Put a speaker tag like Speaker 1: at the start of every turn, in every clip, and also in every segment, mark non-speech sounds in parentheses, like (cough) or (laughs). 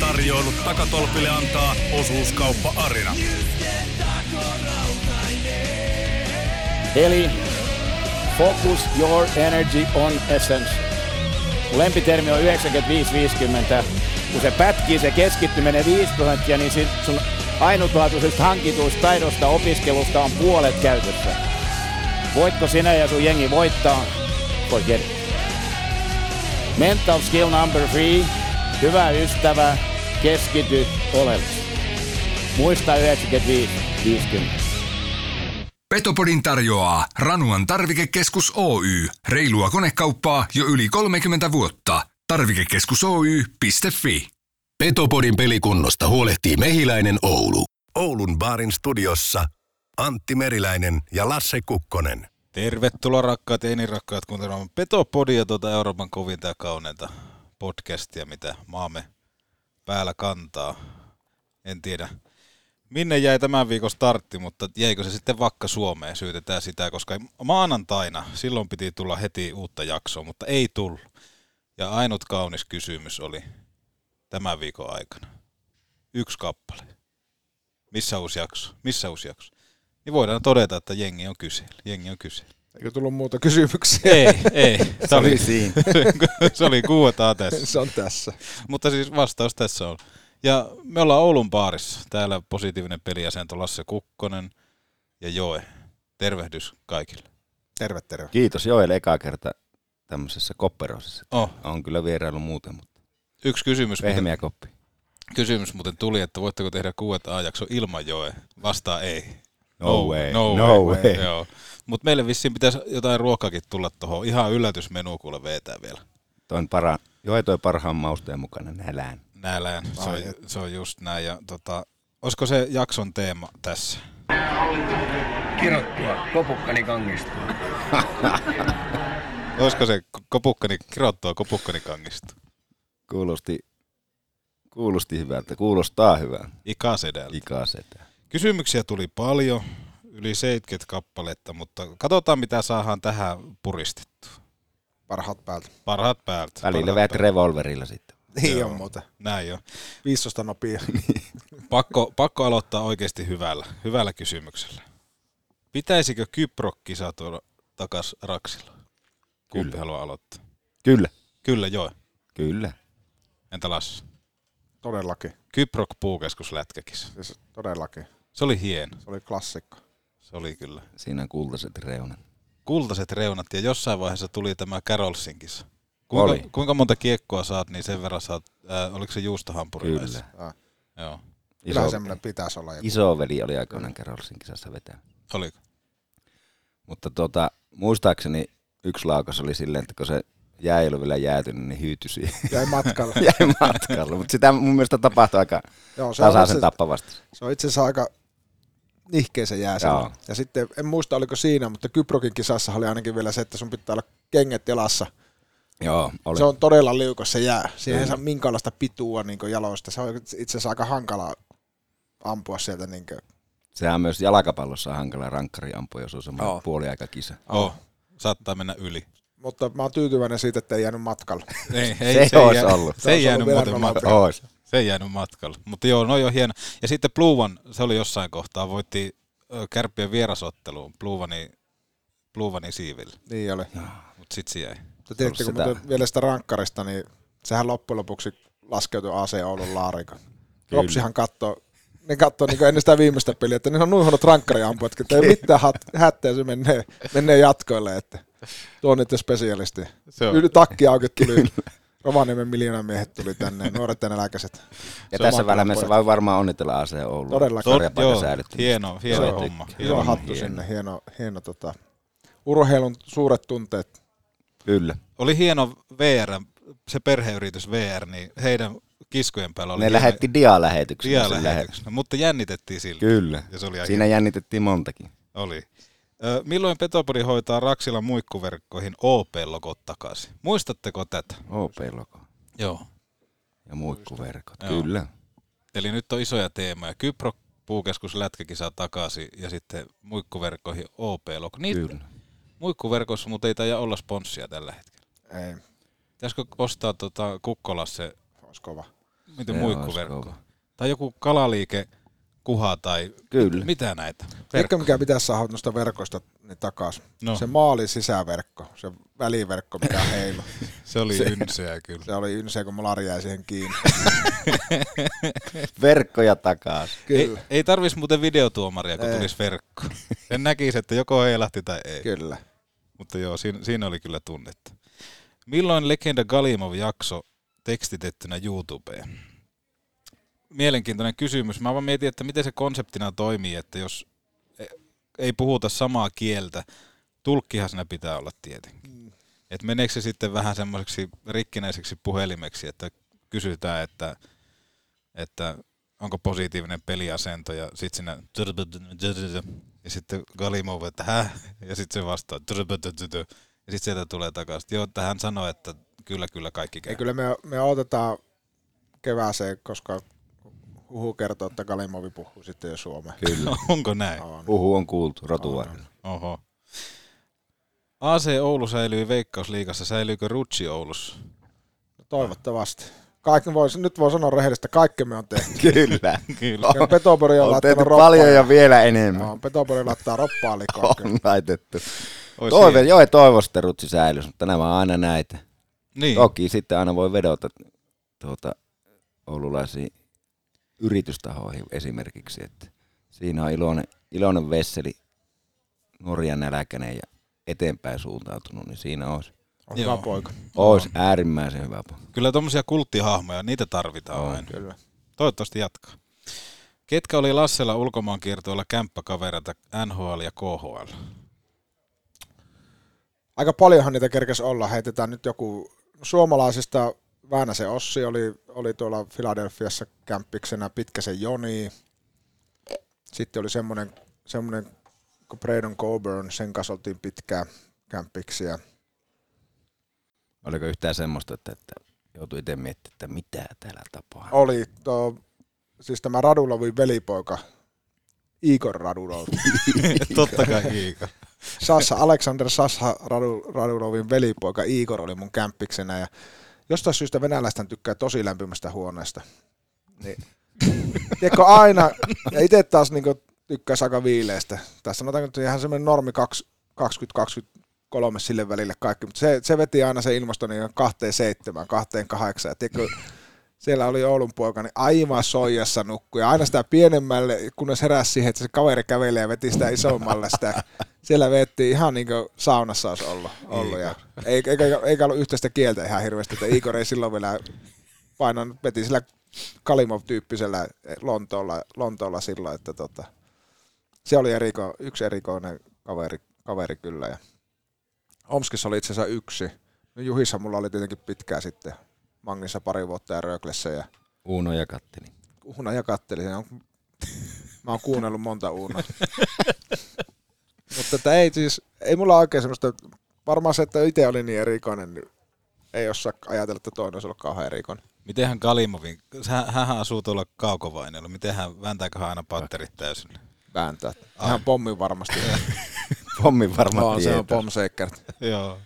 Speaker 1: Tarjoilut takatolpille antaa osuuskauppa Arina.
Speaker 2: Eli focus your energy on essence. Mun lempitermi on 95-50. Kun se pätkii, se keskittyminen 5 prosenttia, niin sit sun ainutlaatuisesta hankituista taidosta opiskelusta on puolet käytössä. Voitko sinä ja sun jengi voittaa? Forget it. Mental skill number three. Hyvä ystävä, keskity olevaksi. Muista 95-50.
Speaker 3: Petopodin tarjoaa Ranuan tarvikekeskus Oy. Reilua konekauppaa jo yli 30 vuotta. Tarvikekeskus Oy.fi.
Speaker 4: Petopodin pelikunnosta huolehtii Mehiläinen Oulu.
Speaker 5: Oulun baarin studiossa Antti Meriläinen ja Lasse Kukkonen.
Speaker 6: Tervetuloa rakkaat ja rakkaat kuuntelemaan Petopodia tuota Euroopan kovinta ja kauneinta podcastia, mitä maamme päällä kantaa. En tiedä, minne jäi tämän viikon startti, mutta jäikö se sitten vaikka Suomeen, syytetään sitä, koska maanantaina silloin piti tulla heti uutta jaksoa, mutta ei tullut. Ja ainut kaunis kysymys oli tämän viikon aikana. Yksi kappale. Missä uusi jakso? Missä uusi jakso? Niin voidaan todeta, että jengi on kysely. Jengi on kysely.
Speaker 7: Eikö tullut muuta kysymyksiä? (laughs)
Speaker 6: Ei, ei. Se oli,
Speaker 8: siinä.
Speaker 6: (laughs) se oli kuuta tässä.
Speaker 7: Se on tässä.
Speaker 6: Mutta siis vastaus tässä on. Ja me ollaan Oulun baarissa. Täällä positiivinen peliasento Lasse Kukkonen ja Joe. Tervehdys kaikille.
Speaker 7: Terve, terve.
Speaker 8: Kiitos Joel eka kerta tämmöisessä kopperosessa.
Speaker 6: Oh,
Speaker 8: On kyllä vierailu muuten, mutta
Speaker 6: yksi kysymys muuten,
Speaker 8: pehmeä koppi.
Speaker 6: kysymys muuten tuli, että voitteko tehdä Q&A-jakso ilman Joe? Vastaa ei.
Speaker 8: No way, no way.
Speaker 6: Joo. Mutta meille vissiin pitäisi jotain ruokakin tulla tuohon. Ihan yllätysmenu kuule vetää vielä.
Speaker 8: Toi on para, Joe toi parhaan mausteen mukana nälään.
Speaker 6: Nälään. Se on, se on just näin. Ja, tota, olisiko se jakson teema tässä?
Speaker 9: kirottua, kopukkani kangistua.
Speaker 6: (laughs) Olisiko se ko- kopukkani, kirottua kopukkani kangista?
Speaker 8: Kuulosti, kuulosti hyvältä, kuulostaa hyvältä.
Speaker 6: Ikasedältä.
Speaker 8: Ikaa setä.
Speaker 6: Kysymyksiä tuli paljon, yli 70 kappaletta, mutta katsotaan mitä saadaan tähän puristettua.
Speaker 7: Parhaat päältä.
Speaker 6: Parhaat päältä.
Speaker 8: Välillä
Speaker 6: parhaat
Speaker 8: veet revolverilla sitten.
Speaker 7: Niin on muuten.
Speaker 6: päältä. Näin jo.
Speaker 7: 15 nopia.
Speaker 6: Pakko, pakko aloittaa oikeasti hyvällä, hyvällä kysymyksellä. Pitäisikö Kyprokkisa tuoda takas Raksilla? Kumpi Kyllä. haluaa aloittaa?
Speaker 8: Kyllä,
Speaker 6: Kyllä joo.
Speaker 8: kyllä.
Speaker 6: Entä Lassi?
Speaker 7: Todellakin.
Speaker 6: Kyprok puukeskus lätkäkis.
Speaker 7: Siis todellakin.
Speaker 6: Se oli hieno.
Speaker 7: Se oli klassikko.
Speaker 6: Se oli kyllä.
Speaker 8: Siinä on kultaiset reunat.
Speaker 6: Kultaiset reunat ja jossain vaiheessa tuli tämä Carolsin kisa.
Speaker 8: Oli.
Speaker 6: Kuinka, kuinka monta kiekkoa saat, niin sen verran saat, ää, oliko se juustohampurilaisessa?
Speaker 8: Kyllä.
Speaker 6: Joo,
Speaker 7: Kyllä
Speaker 8: Iso,
Speaker 7: semmoinen pitäisi olla. Joku.
Speaker 8: isoveli oli aikoinaan Karolsin kisassa vetää.
Speaker 6: oliko?
Speaker 8: Mutta tota, muistaakseni yksi laukas oli silleen, että kun se jää ei ollut vielä jäätynyt, niin hyytyi siihen.
Speaker 7: Jäi matkalle.
Speaker 8: (laughs) jäi matkalle. Mutta sitä mun mielestä tapahtui aika
Speaker 7: Joo, se, on
Speaker 8: tasaisen
Speaker 7: itse,
Speaker 8: tappavasti.
Speaker 7: se on itse asiassa aika nihkeä se jää
Speaker 8: Joo.
Speaker 7: silloin. Ja sitten, en muista oliko siinä, mutta Kyprokin kisassa oli ainakin vielä se, että sun pitää olla kengät jalassa.
Speaker 8: Joo, oli.
Speaker 7: Se on todella liukas se jää. Siihen ei saa minkäänlaista pituua niin jaloista. Se on itse asiassa aika hankalaa ampua sieltä. Niin kuin,
Speaker 8: Sehän on myös jalkapallossa hankala rankkari ampua, jos on semmoinen oh. puoliaikakisa.
Speaker 6: Oh. Saattaa mennä
Speaker 8: (laughs)
Speaker 6: yli.
Speaker 7: mutta mä oon tyytyväinen siitä, että ei jäänyt matkalle.
Speaker 6: Ei,
Speaker 8: Se
Speaker 6: ei,
Speaker 8: ois
Speaker 6: jää-
Speaker 8: ollut.
Speaker 6: Se ei
Speaker 7: Se ois
Speaker 6: jäänyt
Speaker 7: ollut vielä
Speaker 6: muuten
Speaker 7: nolla
Speaker 6: matkalle.
Speaker 8: Ois.
Speaker 6: Se ei jäänyt matkalle. Mutta joo, no jo hieno. Ja sitten Pluvan, se oli jossain kohtaa, voitti ö, kärppien vierasotteluun Pluvani, Pluvani siivillä.
Speaker 7: Niin oli.
Speaker 6: Mutta sit se jäi.
Speaker 7: Mutta tiedättekö
Speaker 8: sitä-
Speaker 7: muuten vielä sitä rankkarista, niin sehän loppujen lopuksi laskeutui AC Oulun laariko. Ropsihan katsoo, ne katsoo niin ennen sitä viimeistä peliä, että ne on noin huonot rankkariampujat, että ei mitään hat- hätää, se menee, menee jatkoille, että tuo on niiden spesialisti.
Speaker 6: Se
Speaker 7: Yli takki auki tuli Rovaniemen miljoonamiehet tuli tänne, nuoret ja nälkäiset.
Speaker 8: Ja
Speaker 7: Se on
Speaker 8: tässä
Speaker 7: mahtava
Speaker 8: välimässä
Speaker 7: pojat.
Speaker 8: voi varmaan onnitella AC Oulua.
Speaker 7: Todellakin.
Speaker 8: Sarjapaikan
Speaker 6: Joo,
Speaker 8: säilyttämisestä.
Speaker 6: hieno, hieno
Speaker 8: Se
Speaker 6: homma.
Speaker 8: tykkää.
Speaker 7: Hieno hattu
Speaker 8: hieno.
Speaker 7: sinne, hieno, hieno tota, urheilun suuret tunteet.
Speaker 8: Kyllä.
Speaker 6: Oli hieno VR, se perheyritys VR, niin heidän kiskojen päällä oli
Speaker 8: Ne lähetti dialähetyksenä. sen lähetyksen.
Speaker 6: dialähetyksenä, mutta jännitettiin silti.
Speaker 8: Kyllä.
Speaker 6: Ja se oli aika
Speaker 8: Siinä jännitettiin montakin.
Speaker 6: Oli. Ö, milloin Petopodi hoitaa Raksilan muikkuverkkoihin OP-logot takaisin? Muistatteko tätä?
Speaker 8: OP-logo
Speaker 6: Joo.
Speaker 8: ja muikkuverkot.
Speaker 6: Joo.
Speaker 8: Kyllä.
Speaker 6: Eli nyt on isoja teemoja. Kypro puukeskus lätkäkisa takaisin ja sitten muikkuverkkoihin OP-logo. Niitä
Speaker 8: Kyllä.
Speaker 6: muikkuverkossa mutta ei taida olla sponssia tällä hetkellä.
Speaker 7: Ei,
Speaker 6: Pitäisikö ostaa tota Kukkolassa se
Speaker 7: olisi kova.
Speaker 6: mitä
Speaker 8: Se olisi
Speaker 6: muikkuverkko?
Speaker 8: kova.
Speaker 6: Tai joku kalaliike, kuha tai
Speaker 8: Kyllä.
Speaker 6: mitä näitä?
Speaker 7: Tiedätkö, mikä pitäisi saada noista verkoista niin takaisin?
Speaker 6: No.
Speaker 7: No. Se maalin sisäverkko, se väliverkko, mikä heilu.
Speaker 6: Se oli ynseä kyllä.
Speaker 7: Se oli ynseä, kun mulla jäi siihen kiinni.
Speaker 8: Verkkoja takas.
Speaker 6: Ei,
Speaker 7: Kyllä,
Speaker 6: ei tarvis muuten videotuomaria, kun tulisi verkko. Sen näkisi, että joko heilahti tai ei.
Speaker 7: kyllä.
Speaker 6: Mutta joo, siinä, siinä oli kyllä tunnetta. Milloin Legenda Galimov-jakso tekstitettynä YouTubeen? Mielenkiintoinen kysymys. Mä vaan mietin, että miten se konseptina toimii, että jos e- ei puhuta samaa kieltä, tulkkihan siinä pitää olla
Speaker 7: Mm.
Speaker 6: tietenkin. Et meneekö se sitten vähän semmoiseksi rikkinäiseksi puhelimeksi, että kysytään, että, että onko positiivinen peliasento ja sitten siinä ja sitten Galimov, että hä? Ja sitten se vastaa ja sitten sieltä tulee takaisin. Joo, että hän sanoi, että kyllä, kyllä kaikki käy.
Speaker 7: Ei, kyllä me, me otetaan kevääseen, koska huhu kertoo, että Kalimovi puhuu sitten jo Suomeen.
Speaker 6: Kyllä. (laughs) Onko näin?
Speaker 8: Uhu on kuultu, rotuvarma.
Speaker 6: Oho. AC Oulu säilyi Veikkausliigassa. Säilyykö Rutsi Oulussa?
Speaker 7: No, toivottavasti. Kaikki voi, nyt voi sanoa rehellistä, kaikki me on tehty.
Speaker 8: Kyllä.
Speaker 6: Kyllä.
Speaker 7: Ja Petopori on,
Speaker 8: (laughs) On tehty
Speaker 7: laittanut
Speaker 8: paljon
Speaker 7: roppaa.
Speaker 8: ja vielä enemmän.
Speaker 7: Joo, Petopori laittaa roppaa likoon. kyllä.
Speaker 8: (laughs) On laitettu.
Speaker 6: Ois niin-
Speaker 8: Toive,
Speaker 6: hieno.
Speaker 8: joo, ei toivo sitä rutsi säilys, mutta nämä on aina näitä.
Speaker 6: Niin.
Speaker 7: No.
Speaker 8: Toki sitten aina voi vedota tuota, oululaisiin yritystahoihin esimerkiksi, että siinä on iloinen, iloinen vesseli, nuoria nälkäinen ja eteenpäin suuntautunut, niin siinä olisi,
Speaker 7: On
Speaker 6: Joo.
Speaker 7: hyvä poika.
Speaker 8: olisi äärimmäisen hyvä puhe.
Speaker 6: Kyllä tommosia kulttihahmoja, niitä tarvitaan on, aina.
Speaker 7: Kyllä.
Speaker 6: Toivottavasti jatkaa. Ketkä oli Lassella ulkomaankiertoilla kämppäkavereita NHL ja
Speaker 7: (laughs)
Speaker 6: KHL?
Speaker 7: Aika paljonhan niitä kerkes olla. Heitetään nyt joku suomalaisista. Väänäsen Ossi oli, oli tuolla Filadelfiassa kämppiksenä, Pitkäsen Joni. Sitten oli semmoinen, semmoinen kuin Braden Coburn, sen kanssa oltiin pitkään kämppiksiä.
Speaker 8: Oliko yhtään semmoista, että, että joutui itse miettimään, että mitä täällä tapahtuu?
Speaker 7: Oli tuo, siis tämä Radulovin velipoika, Igor Radulov.
Speaker 6: Totta kai Iika.
Speaker 7: Sassa, Alexander Sassa Radu, Radulovin velipoika Igor oli mun kämppiksenä ja jostain syystä venäläisten tykkää tosi lämpimästä huoneesta. Niin. Tiedätkö aina, ja itse taas niin tykkäisi aika viileistä. Tai sanotaanko, että ihan semmoinen normi 20-23 sille välille kaikki, mutta se, se veti aina se ilmasto niin 27, 28. Ja tiedätkö, siellä oli Oulun poika, niin aivan soijassa nukkui. Ja aina sitä pienemmälle, kunnes heräsi siihen, että se kaveri kävelee ja veti sitä isommalle sitä. Siellä vettiin ihan niin kuin saunassa olisi ollut. ollut ja eikä, eikä, eikä ollut yhteistä kieltä ihan hirveästi, että Igor ei silloin vielä painanut, veti sillä Kalimov-tyyppisellä Lontoolla, Lontoolla silloin, että tota, se oli eriko, yksi erikoinen kaveri, kaveri kyllä. Ja Omskissa oli itse asiassa yksi. No Juhissa mulla oli tietenkin pitkään sitten Mangissa pari vuotta ja Röklessä ja
Speaker 8: Uuno ja Katteli.
Speaker 7: Uuna ja katteli. sen. Mä oon kuunnellut
Speaker 6: (laughs)
Speaker 7: monta Uunaa. Mutta että ei siis, ei mulla oikein semmoista, varmaan se, että itse oli niin erikoinen, niin ei osaa ajatella, että toinen olisi ollut kauhean erikoinen.
Speaker 6: Mitenhän Kalimovin, hän, hän asuu tuolla kaukovaineella, mitenhän, vääntääkö hän aina patterit täysin?
Speaker 7: (laughs) Vääntää. Ihan pommin
Speaker 6: (laughs)
Speaker 7: varmasti.
Speaker 8: Pommin varmaan
Speaker 7: no,
Speaker 8: no,
Speaker 7: se on pomseikkärit.
Speaker 6: Joo.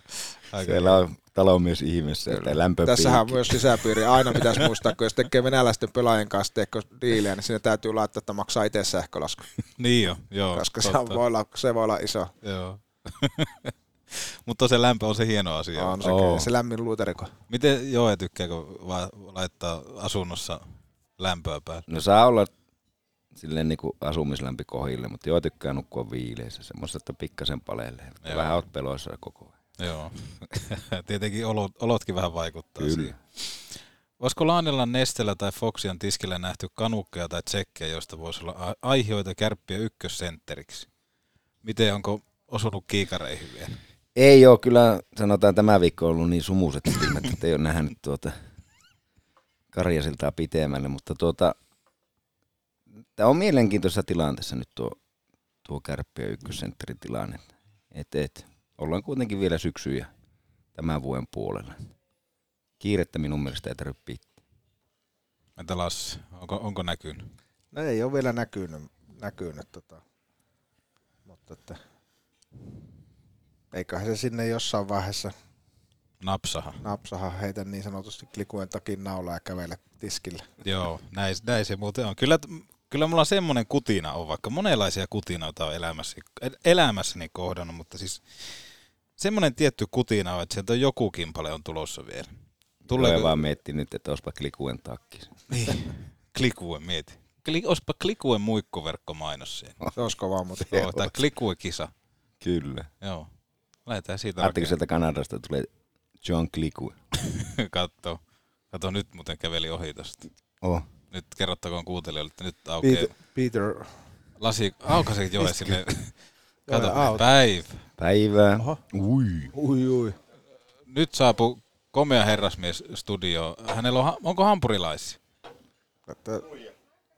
Speaker 6: Aika
Speaker 8: Siellä on talonmies ihmeessä, että lämpöpiikki.
Speaker 7: Tässähän myös sisäpiiri aina pitäisi muistaa, kun jos tekee venäläisten pelaajien kanssa teekö diilejä, niin sinne täytyy laittaa, että maksaa itse sähkölasku,
Speaker 6: Niin jo, joo.
Speaker 7: koska se
Speaker 6: totta.
Speaker 7: voi, olla, se voi olla iso.
Speaker 6: Joo. (laughs) Mutta se lämpö on se hieno asia.
Speaker 7: On se,
Speaker 8: Oo.
Speaker 7: kyllä, se lämmin luuteriko.
Speaker 6: Miten Joe tykkääkö va- laittaa asunnossa lämpöä päälle?
Speaker 8: No saa olla silleen niin kuin asumislämpi kohille, mutta joo tykkää nukkua viileissä, semmoista, että pikkasen paleelle. Mutta
Speaker 6: Joo.
Speaker 8: Vähän oot peloissa koko ajan.
Speaker 6: Joo. (laughs) Tietenkin olot, olotkin vähän vaikuttaa
Speaker 8: Kyllä.
Speaker 6: siihen. Olisiko Laanilan Nestellä tai Foxian tiskillä nähty kanukkeja tai tsekkejä, joista voisi olla a- aihioita kärppiä ykkössentteriksi? Miten onko osunut kiikareihin vielä?
Speaker 8: Ei ole kyllä, sanotaan tämä viikko on ollut niin sumuset silmät, että ei ole nähnyt tuota Karjasiltaa pitemmälle, mutta tuota, tämä on mielenkiintoisessa tilanteessa nyt tuo, tuo kärppi- ja ykkössentterin tilanne. Et, et, ollaan kuitenkin vielä syksyjä tämän vuoden puolella. Kiirettä minun mielestä ei tarvitse pitää.
Speaker 6: Entä Lassi, onko, onko näkynyt?
Speaker 7: No ei ole vielä näkynyt, näkynyt tota. mutta että, eiköhän se sinne jossain vaiheessa
Speaker 6: Napsaha.
Speaker 7: napsaha heitä niin sanotusti klikuen takin naulaa ja kävele tiskille.
Speaker 6: Joo, näin, näin se muuten on. Kyllä, kyllä mulla semmoinen kutina on, vaikka monenlaisia kutinoita on elämässä, elämässäni kohdannut, mutta siis semmoinen tietty kutina on, että sieltä on joku kimpale on tulossa vielä.
Speaker 8: Tulee
Speaker 6: Tuleeko
Speaker 8: vaan miettiä nyt, että olisipa klikuen takki.
Speaker 6: Niin. Klikuen, mieti. Kli, ospa klikuen muikkuverkkomainos siinä.
Speaker 7: Se olisi kovaa, mutta
Speaker 6: Joo, tai klikuen kisa.
Speaker 8: Kyllä.
Speaker 6: Joo. Lähetään siitä
Speaker 8: Ajatteko
Speaker 6: rakentaa.
Speaker 8: sieltä Kanadasta tulee John Klikue?
Speaker 6: (laughs) Katso. Kato, nyt muuten käveli ohi tosta.
Speaker 8: Oh.
Speaker 6: Nyt kerrottakoon kuuntelijoille, että nyt aukeaa.
Speaker 7: Peter, Peter
Speaker 6: Lasi, aukasit joen sille. Kato,
Speaker 7: auto.
Speaker 6: päivä.
Speaker 8: Päivää. Ui.
Speaker 7: ui ui.
Speaker 6: Nyt saapuu komea herrasmies studio. Hänellä on, ha- onko hampurilaisia?
Speaker 7: Että,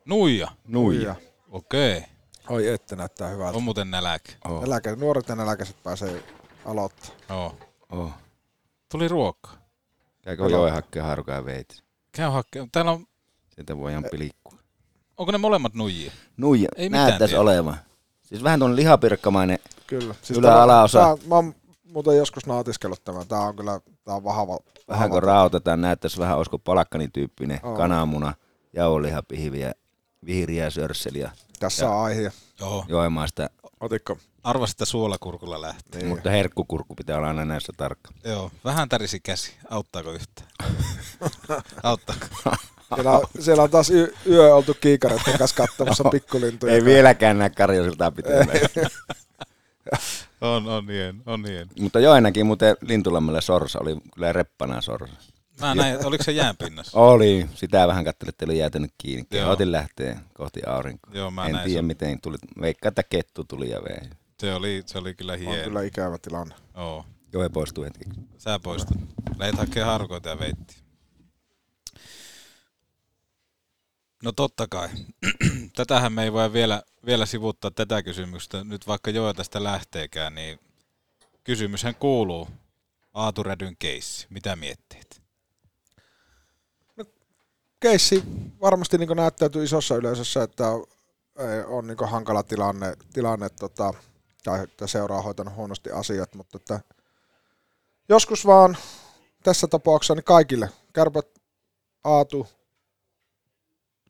Speaker 6: Nuija.
Speaker 7: Nuija.
Speaker 6: Okei.
Speaker 7: Oi että näyttää hyvältä.
Speaker 6: On muuten nälkä.
Speaker 7: Oh. Eläkä, nuoret ja nälkäiset pääsee aloittaa.
Speaker 6: Joo.
Speaker 8: Oh.
Speaker 6: Tuli ruokaa.
Speaker 8: Käykö joen hakkeen haarukaa ja veitsi?
Speaker 6: Käy hakkeen. Täällä on,
Speaker 8: Sieltä voidaan pilikkua.
Speaker 6: onko ne molemmat nuijia?
Speaker 8: Nuija,
Speaker 6: Ei mitään
Speaker 8: näyttäisi
Speaker 6: tiedä.
Speaker 8: olevan. Siis vähän tuon lihapirkkamainen.
Speaker 7: Kyllä.
Speaker 8: Ylä-
Speaker 7: Siis tää-
Speaker 8: alaosa.
Speaker 7: tää- Mä oon muuten joskus nautiskellut tämän. Tää on kyllä tää on vahava.
Speaker 8: Vähän kun raotetaan, näyttäisi vähän olisiko palakkani tyyppinen
Speaker 7: Oo.
Speaker 8: oh. kananmuna, jauholihapihviä, vihriä sörsseliä,
Speaker 7: Tässä on aihe.
Speaker 6: Joo.
Speaker 8: joemaa sitä,
Speaker 7: Otikko?
Speaker 6: Arva sitä suolakurkulla lähtee.
Speaker 7: Niin.
Speaker 8: mutta herkkukurkku pitää olla aina näissä tarkka.
Speaker 6: Joo. Vähän tärisi käsi. Auttaako yhtään? Auttaako?
Speaker 7: Siellä, on, siellä on taas y- yö oltu kiikareiden kanssa katsomassa pikkulintuja.
Speaker 8: Ei vieläkään näe
Speaker 7: (laughs)
Speaker 8: karjasiltaa pitää.
Speaker 6: On, on niin, on niin.
Speaker 8: mutta joenakin muuten Lintulammella sorsa oli kyllä reppana sorsa.
Speaker 6: Mä näin, oliko se
Speaker 8: (laughs)
Speaker 6: jäänpinnassa?
Speaker 8: Oli, sitä vähän katselin, että oli jäätynyt kiinni.
Speaker 6: Joo.
Speaker 8: Otin lähtee kohti aurinkoa.
Speaker 6: Joo, mä
Speaker 8: en
Speaker 6: näin
Speaker 8: tiedä
Speaker 6: sen.
Speaker 8: miten tuli. Veikkaa, että kettu tuli ja vei.
Speaker 6: Se oli, se oli kyllä
Speaker 7: On
Speaker 6: hieno.
Speaker 7: kyllä ikävä tilanne.
Speaker 6: Joo.
Speaker 8: Joe poistui hetkeksi.
Speaker 6: Sä poistut. Lähet hakemaan harkoita ja veitti. No totta kai. (clears throat) Tätähän me ei voi vielä, vielä sivuuttaa tätä kysymystä. Nyt vaikka Joe tästä lähteekään, niin kysymyshän kuuluu. Aatu Rädyn keissi. Mitä mietteet?
Speaker 7: Keissi varmasti niin näyttäytyy isossa yleisössä, että ei, on niin hankala tilanne, tilanne tota, tai että seuraa on hoitanut huonosti asiat, mutta että joskus vaan tässä tapauksessa niin kaikille, kärpät, Aatu,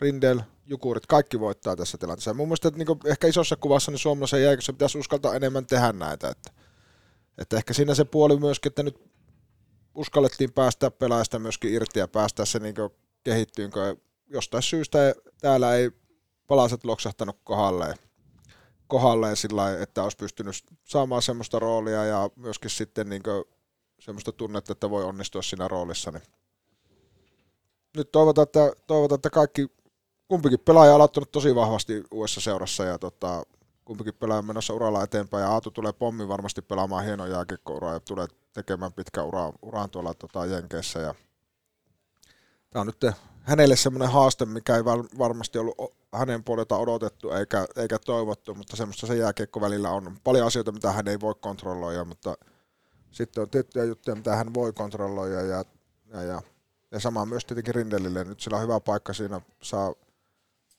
Speaker 7: Rindel, Jukurit, kaikki voittaa tässä tilanteessa. Ja mun mielestä että niin ehkä isossa kuvassa niin suomalaisen jääkössä pitäisi uskaltaa enemmän tehdä näitä. Että, että ehkä siinä se puoli myöskin, että nyt uskallettiin päästä pelaajasta myöskin irti ja päästä se niin kehittyykö. Jostain syystä täällä ei palaset loksahtanut kohdalleen, kohdalleen sillä lailla, että olisi pystynyt saamaan semmoista roolia ja myöskin sitten niin semmoista tunnetta, että voi onnistua siinä roolissa. Niin. Nyt toivotaan, että, toivotaan, että kaikki, kumpikin pelaaja on aloittanut tosi vahvasti uudessa seurassa ja tota, kumpikin pelaaja on menossa uralla eteenpäin ja Aatu tulee pommi varmasti pelaamaan hienoa jääkikkouraa ja tulee tekemään pitkä ura, uraan tuolla tota, Jenkeissä ja tämä on nyt hänelle semmoinen haaste, mikä ei var- varmasti ollut o- hänen puolelta odotettu eikä, eikä toivottu, mutta semmoista se jääkiekko välillä on. Paljon asioita, mitä hän ei voi kontrolloida, mutta sitten on tiettyjä juttuja, mitä hän voi kontrolloida ja, ja, ja, ja sama myös tietenkin Rindelille. Nyt sillä on hyvä paikka siinä, saa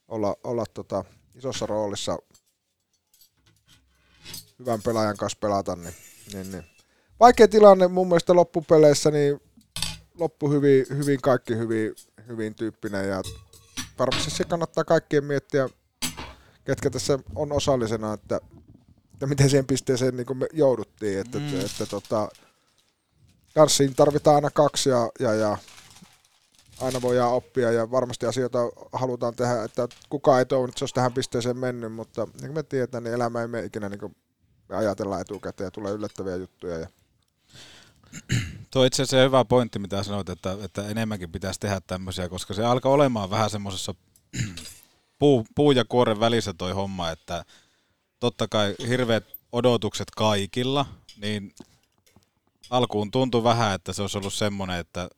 Speaker 7: olla, olla tota, isossa roolissa hyvän pelaajan kanssa pelata. Niin, niin, niin. Vaikea tilanne mun mielestä loppupeleissä, niin loppu hyvin, hyvin kaikki hyvin, hyvin tyyppinen ja varmasti se kannattaa kaikkien miettiä, ketkä tässä on osallisena, että, että miten siihen pisteeseen niin me jouduttiin, että, mm. että, että tota, kanssiin tarvitaan aina kaksi ja, ja, ja aina voidaan oppia ja varmasti asioita halutaan tehdä, että kukaan ei toivonut, että se olisi tähän pisteeseen mennyt, mutta niin kuin me tiedetään, niin elämä ei mene ikinä niin kuin me ajatellaan etukäteen ja tulee yllättäviä juttuja ja
Speaker 6: Tuo on itse asiassa hyvä pointti, mitä sanoit, että, että enemmänkin pitäisi tehdä tämmöisiä, koska se alkaa olemaan vähän semmoisessa (clears throat) puu, puu ja kuoren välissä toi homma, että totta kai hirveät odotukset kaikilla, niin alkuun tuntui vähän, että se olisi ollut semmoinen, että,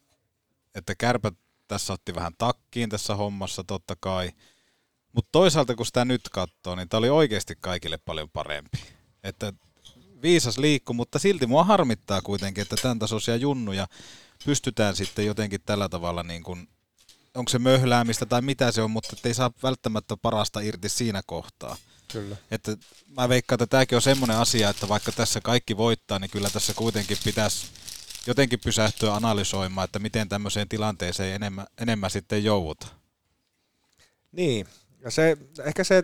Speaker 6: että kärpät tässä otti vähän takkiin tässä hommassa totta kai, mutta toisaalta kun sitä nyt katsoo, niin tämä oli oikeasti kaikille paljon parempi. Että viisas liikku, mutta silti mua harmittaa kuitenkin, että tämän tasoisia junnuja pystytään sitten jotenkin tällä tavalla niin kuin, onko se möhläämistä tai mitä se on, mutta ei saa välttämättä parasta irti siinä kohtaa.
Speaker 7: Kyllä.
Speaker 6: Että mä veikkaan, että tämäkin on semmoinen asia, että vaikka tässä kaikki voittaa, niin kyllä tässä kuitenkin pitäisi jotenkin pysähtyä analysoimaan, että miten tämmöiseen tilanteeseen enemmän, enemmän sitten jouduta.
Speaker 7: Niin, ja se, ehkä se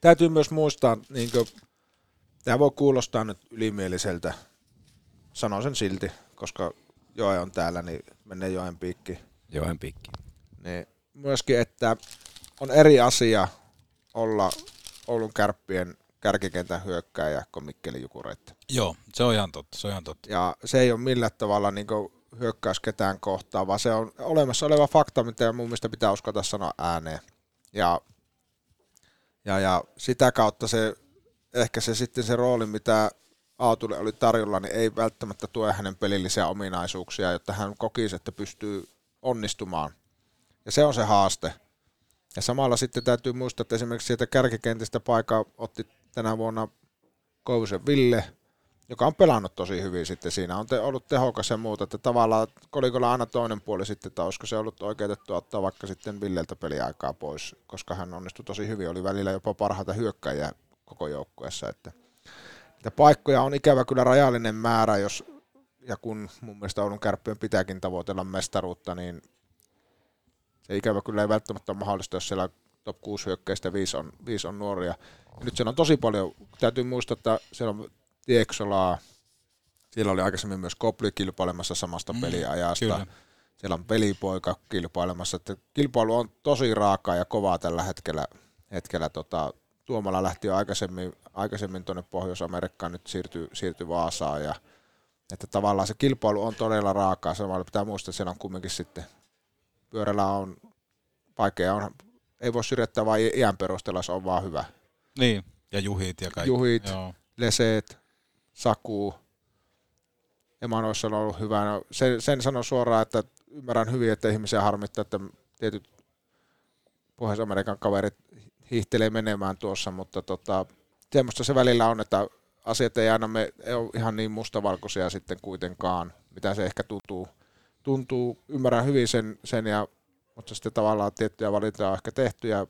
Speaker 7: täytyy myös muistaa, niin kuin, tämä voi kuulostaa nyt ylimieliseltä, sanon sen silti, koska joe on täällä, niin menee joen piikki.
Speaker 8: Joen pikki.
Speaker 7: Niin myöskin, että on eri asia olla Oulun kärppien kärkikentän hyökkääjä kuin Mikkeli Jukureita.
Speaker 6: Joo, se on ihan totta, se on ihan totta.
Speaker 7: Ja se ei ole millään tavalla niin hyökkäys ketään kohtaan, vaan se on olemassa oleva fakta, mitä mun mielestä pitää uskata sanoa ääneen. Ja, ja, ja sitä kautta se, ehkä se sitten se rooli, mitä Aatulle oli tarjolla, niin ei välttämättä tue hänen pelillisiä ominaisuuksia, jotta hän kokisi, että pystyy onnistumaan. Ja se on se haaste. Ja samalla sitten täytyy muistaa, että esimerkiksi sieltä kärkikentistä paikaa otti tänä vuonna Koivusen Ville, joka on pelannut tosi hyvin sitten siinä. On te, ollut tehokas ja muuta, että tavallaan kolikolla aina toinen puoli sitten, että olisiko se ollut oikeutettu ottaa vaikka sitten Villeltä peliaikaa pois, koska hän onnistui tosi hyvin, oli välillä jopa parhaita hyökkäjiä koko joukkueessa, että niitä paikkoja on ikävä kyllä rajallinen määrä, jos ja kun mun mielestä Oulun kärppien pitääkin tavoitella mestaruutta, niin se ikävä kyllä ei välttämättä ole mahdollista, jos siellä top 6 hyökkäistä 5 on, 5 on nuoria. Ja nyt siellä on tosi paljon, täytyy muistaa, että siellä on Tieksolaa, siellä oli aikaisemmin myös Kopli kilpailemassa samasta mm, peliajasta.
Speaker 6: kyllä.
Speaker 7: Siellä on pelipoika kilpailemassa. Että kilpailu on tosi raakaa ja kovaa tällä hetkellä. hetkellä tota, Tuomala lähti jo aikaisemmin, aikaisemmin tuonne Pohjois-Amerikkaan, nyt siirtyy, siirtyy Vaasaan. Ja, että tavallaan se kilpailu on todella raakaa. Samalla pitää muistaa, että siellä on kumminkin sitten pyörällä on vaikea, on, ei voi syrjättää vaan i- iän perusteella, se on vaan hyvä.
Speaker 6: Niin, ja juhit ja kaikki.
Speaker 7: Juhit.
Speaker 6: Joo.
Speaker 7: Leseet, Saku, Emanoissa on ollut hyvä. No, sen, sen sanon suoraan, että ymmärrän hyvin, että ihmisiä harmittaa, että tietyt Pohjois-Amerikan kaverit hiihtelee menemään tuossa, mutta tota, semmoista se välillä on, että asiat ei aina me, ei ole ihan niin mustavalkoisia sitten kuitenkaan, mitä se ehkä tuntuu. tuntuu. Ymmärrän hyvin sen, sen ja, mutta sitten tavallaan tiettyjä valintoja on ehkä tehty ja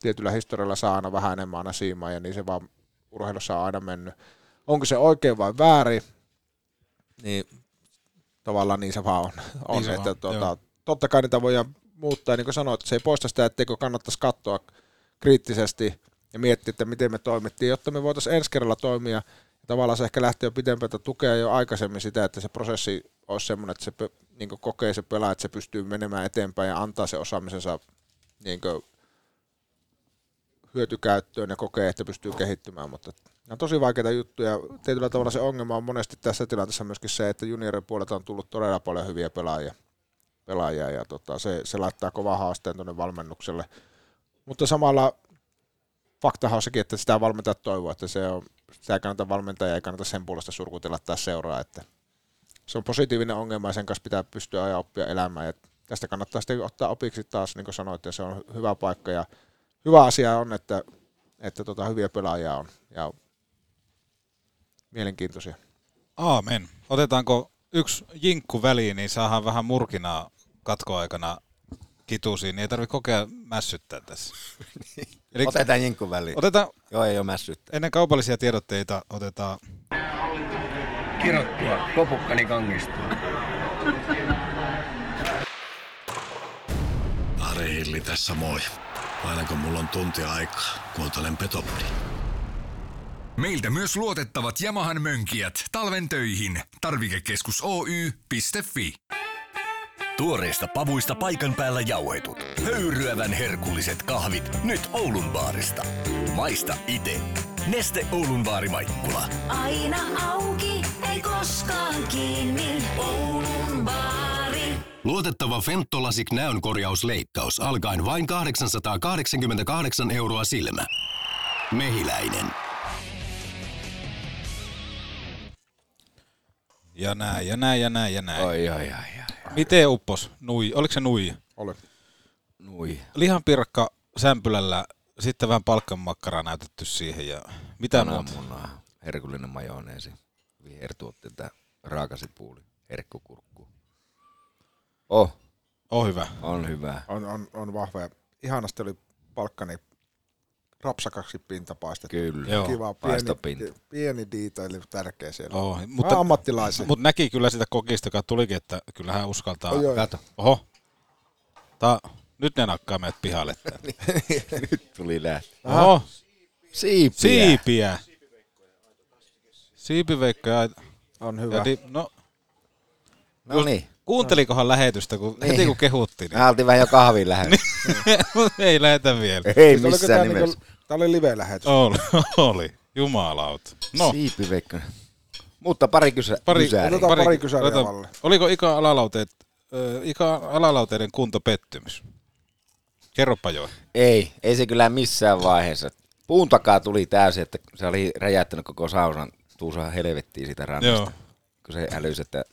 Speaker 7: tietyllä historialla saa aina vähän enemmän aina siimaa ja niin se vaan urheilussa on aina mennyt. Onko se oikein vai väärin, niin tavallaan niin se vaan on. on
Speaker 6: Niin se
Speaker 7: että
Speaker 6: vaan,
Speaker 7: tuota,
Speaker 6: joo.
Speaker 7: totta kai niitä voidaan muuttaa, ja niin kuin sanoit, se ei poista sitä, etteikö kannattaisi katsoa kriittisesti ja miettiä, että miten me toimittiin, jotta me voitaisiin ensi kerralla toimia. Tavallaan se ehkä lähtee jo pitempältä tukea jo aikaisemmin sitä, että se prosessi olisi semmoinen, että se niin kokee se pelaa, että se pystyy menemään eteenpäin ja antaa se osaamisensa niin hyötykäyttöön ja kokee, että pystyy kehittymään, mutta nämä on tosi vaikeita juttuja. Tietyllä tavalla se ongelma on monesti tässä tilanteessa myöskin se, että junioripuolelta on tullut todella paljon hyviä pelaajia, pelaajia ja tota, se, se laittaa kovan haasteen tuonne valmennukselle. Mutta samalla faktahan on sekin, että sitä valmentajat toivoo, että se on, sitä ei kannata valmentaja, ei kannata sen puolesta surkutella tai seuraa, että se on positiivinen ongelma ja sen kanssa pitää pystyä ja oppia elämään. Ja tästä kannattaa sitten ottaa opiksi taas, niin kuin sanoit, ja se on hyvä paikka ja hyvä asia on, että, että tota, hyviä pelaajia on ja mielenkiintoisia.
Speaker 6: Aamen. Otetaanko yksi jinkku väliin, niin saadaan vähän murkinaa katkoaikana kitusiin, niin ei tarvitse kokea mässyttää tässä. Eli
Speaker 8: Niin. Otetaan jinkun väliin.
Speaker 6: otetaan
Speaker 8: Joo, ei ole mässyttä.
Speaker 6: ennen kaupallisia tiedotteita, otetaan
Speaker 9: kirottua kopukkani kangesta.
Speaker 5: Ari Hilli tässä moi. Aina kun mulla on tunti aikaa, kuuntelen Petopodi.
Speaker 3: Meiltä myös luotettavat Yamahan mönkijät talven töihin. Tarvikekeskus Oy.fi.
Speaker 4: Tuoreista pavuista paikan päällä jauhetut. Höyryävän herkulliset kahvit nyt Oulun baarista. Maista ite. Neste Oulun baarimaikkula.
Speaker 10: Aina auki, ei
Speaker 9: ei koskaan kiinni. Oulun baari.
Speaker 4: Luotettava Fentolasik näön korjausleikkaus alkaen vain 888 euroa silmä. Mehiläinen.
Speaker 6: Ja näin, ja näin, ja näin, ja näin.
Speaker 8: Ai, ai, ai, ai.
Speaker 6: Miten uppos? Nui. Oliko se nui?
Speaker 7: Ole.
Speaker 8: Nui.
Speaker 6: Lihanpiirakka sämpylällä, sitten vähän palkkanmakkaraa näytetty siihen ja mitä muuta?
Speaker 8: Kananmunaa, herkullinen majoneesi, vihertuotteita, raakasipuuli, herkkukurkku. Oh,
Speaker 6: On hyvä.
Speaker 8: on hyvä.
Speaker 7: On, on, on vahva. Ja ihanasti oli palkkani rapsakaksi pinta paistettu.
Speaker 8: Kyllä.
Speaker 6: Joo.
Speaker 7: Kiva,
Speaker 8: paistopinta.
Speaker 7: pieni, pieni diitaili tärkeä siellä.
Speaker 6: Oh,
Speaker 7: Mutta,
Speaker 6: mutta,
Speaker 7: ammattilaisia.
Speaker 6: mutta näki kyllä sitä kokista, joka tulikin, että kyllä hän uskaltaa.
Speaker 7: Oi, oi.
Speaker 8: Kato,
Speaker 6: Oho. Tää, nyt ne nakkaa meidät pihalle.
Speaker 7: (laughs)
Speaker 6: tää.
Speaker 7: Niin.
Speaker 8: tuli lähtö.
Speaker 6: Oho.
Speaker 8: Siipiä.
Speaker 6: Siipiä. Siipiveikko ja,
Speaker 7: on
Speaker 6: ja
Speaker 7: hyvä.
Speaker 8: niin,
Speaker 6: di, no,
Speaker 8: No niin.
Speaker 6: kuuntelikohan lähetystä, kun heti
Speaker 8: Niin. Ah.
Speaker 6: kun kehuttiin. Niin.
Speaker 8: Mä oltiin vähän jo kahviin lähellä.
Speaker 6: (laughs) Ei lähetä vielä.
Speaker 8: Ei
Speaker 7: Siis oliko
Speaker 8: missään
Speaker 7: tää
Speaker 8: nimessä.
Speaker 7: Niinku, tää oli live-lähetys.
Speaker 6: Oli, oli. Jumalaut. No,
Speaker 8: Siipiveikko. Mutta pari kysä,
Speaker 6: Pari-
Speaker 8: kysääriä.
Speaker 7: Otetaan pari kysäriä
Speaker 6: otetaan-
Speaker 7: Valle.
Speaker 6: Oliko Ika, alalauteet, ö, Ika alalauteiden kunto pettymys? Kerropa jo.
Speaker 8: Ei, ei se kyllä missään vaiheessa. Puun takaa tuli täysin, että se oli räjäyttänyt koko saunan tuusa helvettiin siitä rannasta.
Speaker 6: Joo.
Speaker 8: Kun se älysi, että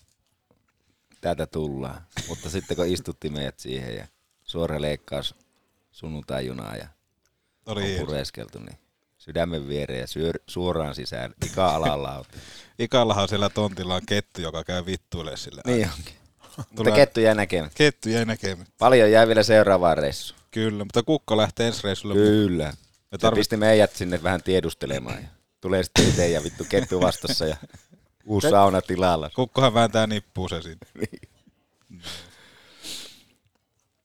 Speaker 8: täältä tullaan. Mutta sitten kun istutti meidät siihen ja suora leikkaus sunnuntai-junaa ja
Speaker 6: Oli
Speaker 8: on pureskeltu, niin sydämen viereen ja syör, suoraan sisään ika-alalla.
Speaker 6: Ikallahan siellä tontilla on kettu, joka käy vittuille sille.
Speaker 8: niin onkin. Mutta
Speaker 6: Tulee-
Speaker 8: kettu jää näkemättä.
Speaker 6: Kettu jäi näkemään.
Speaker 8: Paljon jää vielä seuraavaan reissuun.
Speaker 6: Kyllä, mutta kukko lähtee ensi reissulle.
Speaker 8: Kyllä.
Speaker 6: Me
Speaker 8: Me
Speaker 6: tarvit-
Speaker 8: tarvit... pisti meidät sinne vähän tiedustelemaan. Ja tulee sitten itse ja vittu kettu vastassa ja uusi sauna tilalla.
Speaker 6: Kukkohan vääntää nippuu se sinne.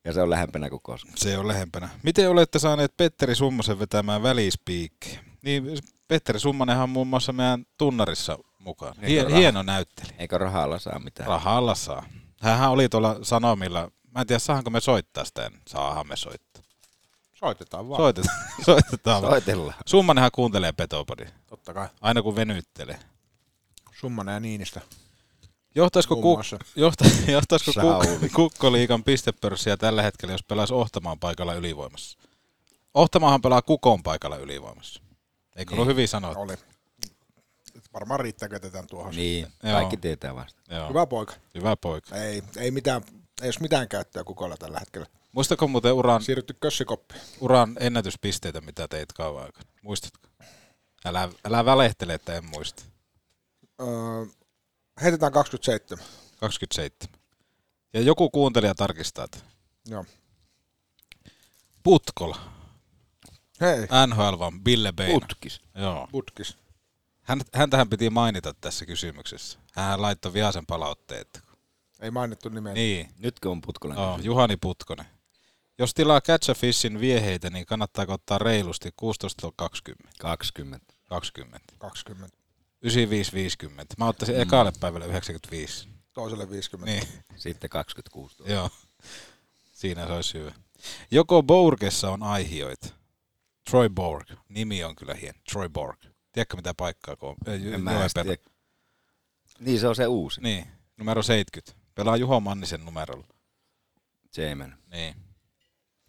Speaker 8: Ja se on lähempänä kuin koskaan.
Speaker 6: Se on lähempänä. Miten olette saaneet Petteri Summasen vetämään välispiikkiä? Niin, Petteri Summanenhan on muun muassa meidän tunnarissa mukaan. Hien, hieno näytteli.
Speaker 8: Eikö rahalla saa mitään?
Speaker 6: Rahalla saa. Hänhän oli tuolla Sanomilla. Mä en tiedä, saahanko me soittaa sitä. en- Saahan me soittaa.
Speaker 7: Soitetaan vaan.
Speaker 6: Soitetaan. Soitetaan. vaan.
Speaker 8: Soitellaan.
Speaker 6: Summanenhan kuuntelee Petopodi,
Speaker 7: Totta kai.
Speaker 6: aina kun venyttelee.
Speaker 7: Summanen ja Niinistä.
Speaker 6: Johtaisiko,
Speaker 7: Muun
Speaker 6: ku,
Speaker 7: muassa.
Speaker 6: johta, (laughs) johtaisiko
Speaker 8: Sauli.
Speaker 6: ku, kukkoliikan pistepörssiä tällä hetkellä, jos pelaisi Ohtamaan paikalla ylivoimassa? Ohtamaahan pelaa Kukon paikalla ylivoimassa. Eikö ollut hyvin sanottu?
Speaker 7: Niin. Oli. Varmaan riittää kötetään tuohon.
Speaker 8: Niin,
Speaker 6: Joo.
Speaker 8: kaikki tietää vasta.
Speaker 6: Joo. Hyvä.
Speaker 7: Hyvä poika.
Speaker 6: Hyvä poika.
Speaker 7: Ei, ei mitään, ei jos mitään käyttöä kukolla tällä hetkellä.
Speaker 6: Muistatko muuten uran,
Speaker 7: Siirrytty kössikoppiin.
Speaker 6: uran ennätyspisteitä, mitä teit kauan aikana? Muistatko? Älä, älä välehtele, että en muista.
Speaker 7: Öö, heitetään 27.
Speaker 6: 27. Ja joku kuuntelija tarkistaa, että
Speaker 7: Joo.
Speaker 6: Putkola,
Speaker 7: Hei,
Speaker 6: NHL vaan Ville Beina.
Speaker 8: Putkis.
Speaker 6: Joo.
Speaker 7: butkis.
Speaker 6: Hän, häntähän piti mainita tässä kysymyksessä. Hän laittoi vihaisen palautteet.
Speaker 7: Ei mainittu nimeä.
Speaker 6: Niin,
Speaker 8: Nyt kun on putkolla.
Speaker 6: no, Juhani Putkonen. Jos tilaa Catch a Fishin vieheitä, niin kannattaako ottaa reilusti 16.20?
Speaker 8: 20.
Speaker 6: 20.
Speaker 7: 20.
Speaker 6: 95.50. Mä ottaisin mm. ekalle päivälle 95.
Speaker 7: Toiselle 50.
Speaker 6: Niin, (laughs)
Speaker 8: Sitten 26.
Speaker 6: joo. Siinä se olisi hyvä. Joko Borgessa on aihioita? Troy Borg. Nimi on kyllä hieno. Troy Borg. Tiedätkö mitä paikkaa? Kun on?
Speaker 8: En mä edes tiedä. Niin se on se uusi.
Speaker 6: Niin, numero 70. Pelaa Juho Mannisen numerolla.
Speaker 8: Jeemen.
Speaker 6: Niin.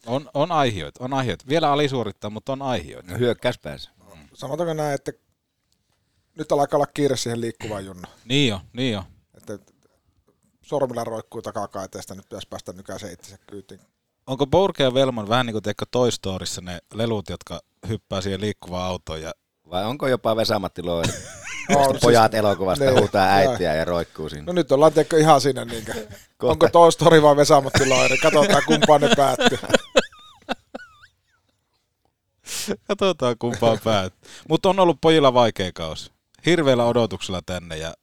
Speaker 6: On, on aihioita, on aihioita. Vielä alisuorittaa, mutta on aihioita.
Speaker 8: No hyökkäys pääsi.
Speaker 7: Sanotaanko näin, että nyt alkaa olla kiire siihen liikkuvaan junnan.
Speaker 6: Niin on, niin on.
Speaker 7: Että sormilla roikkuu takakaiteesta, nyt pitäisi päästä nykäiseen itsensä kyytiin.
Speaker 6: Onko Bourke ja Velman vähän niin kuin teikö Toy Storyssa ne lelut, jotka hyppää siihen liikkuvaan autoon ja (laughs)
Speaker 8: Vai onko jopa Vesamatti Loiri?
Speaker 7: (laughs) On, siis-
Speaker 8: Pojat elokuvasta
Speaker 7: Niin,
Speaker 8: huutaa
Speaker 7: joo.
Speaker 8: äitiä ja roikkuu sinne.
Speaker 7: No nyt ollaan teikö ihan siinä niinkö.
Speaker 8: Kohta.
Speaker 7: Onko Toy Story vai Vesamatti Loiri? Katsotaan kumpaan ne päättyy.
Speaker 6: katsotaan kumpaan (laughs) päät. Mutta on ollut pojilla vaikea kausi. Hirveillä odotuksella tänne ja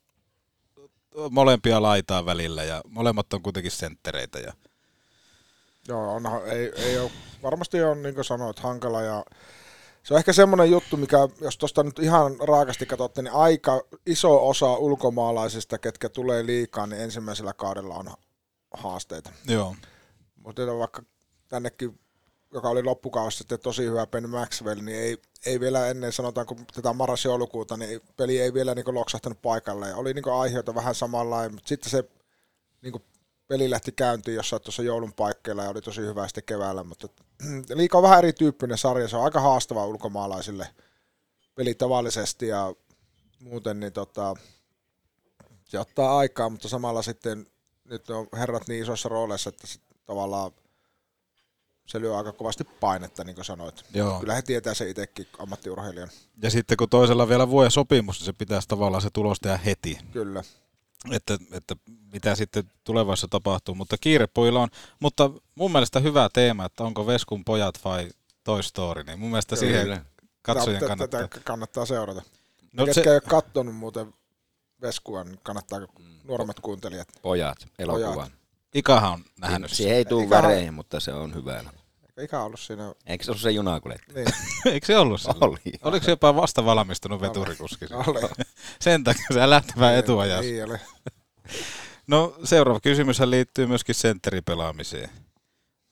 Speaker 6: molempia laitaa välillä ja molemmat on kuitenkin senttereitä. Ja...
Speaker 7: Joo, onhan, ei, ei ole, varmasti on niin kuin sanoit, hankala ja se on ehkä semmoinen juttu, mikä jos tuosta nyt ihan raakasti katsotte, niin aika iso osa ulkomaalaisista, ketkä tulee liikaa, niin ensimmäisellä kaudella on ha- haasteita.
Speaker 6: Joo.
Speaker 7: Mutta vaikka tännekin, joka oli loppukausi sitten tosi hyvä Ben Maxwell, niin ei, ei vielä ennen, sanotaanko tätä marras-joulukuuta, niin peli ei vielä niin loksahtanut paikalle. Ja oli niin aiheita vähän samanlainen, mutta sitten se niin peli lähti käyntiin jossain tuossa joulun paikkeilla ja oli tosi hyvä sitten keväällä. Mutta (clears throat) liikaa vähän erityyppinen sarja, se on aika haastava ulkomaalaisille peli tavallisesti ja muuten niin tota, se ottaa aikaa, mutta samalla sitten nyt on herrat niin isoissa rooleissa, että sit tavallaan se lyö aika kovasti painetta, niin kuin sanoit.
Speaker 6: Joo.
Speaker 7: Kyllä he tietää se itsekin ammattiurheilijan.
Speaker 6: Ja sitten kun toisella vielä vuoden sopimus, niin se pitäisi tavallaan se tulos tehdä heti.
Speaker 7: Kyllä.
Speaker 6: Että, että mitä sitten tulevaisuudessa tapahtuu, mutta kiire pojilla on. Mutta mun mielestä hyvä teema, että onko Veskun pojat vai Toy Story, niin mun mielestä
Speaker 7: Kyllä.
Speaker 6: siihen katsojen
Speaker 7: No, Tätä-
Speaker 6: kannattaa.
Speaker 7: Tätä kannattaa seurata.
Speaker 6: No
Speaker 7: No Ketkä
Speaker 6: se-
Speaker 7: se... ei ole kattonut muuten Veskua, niin kannattaa
Speaker 6: Mm.
Speaker 7: nuoremmat kuuntelijat.
Speaker 8: Pojat, elokuva.
Speaker 7: Pojat. Niin, no siis
Speaker 6: Ikahan on
Speaker 8: Nähnyt
Speaker 6: nähnyt
Speaker 8: siihen ei tule
Speaker 7: Eikä-
Speaker 8: värejä, mutta se on hyvä. elokuva.
Speaker 7: Eikö ikä ollut siinä?
Speaker 8: Eikö se ole se junakuljettaja?
Speaker 6: (laughs)
Speaker 7: Niin.
Speaker 6: Eikö se ollut se?
Speaker 8: Oli.
Speaker 6: Oliko se jopa vasta valmistunut veturikuski? (laughs)
Speaker 7: Oli. Niin,
Speaker 6: Sen takia se lähti vähän (laughs) etuajassa.
Speaker 7: Ei ole.
Speaker 6: No seuraava kysymys liittyy myöskin sentteripelaamiseen.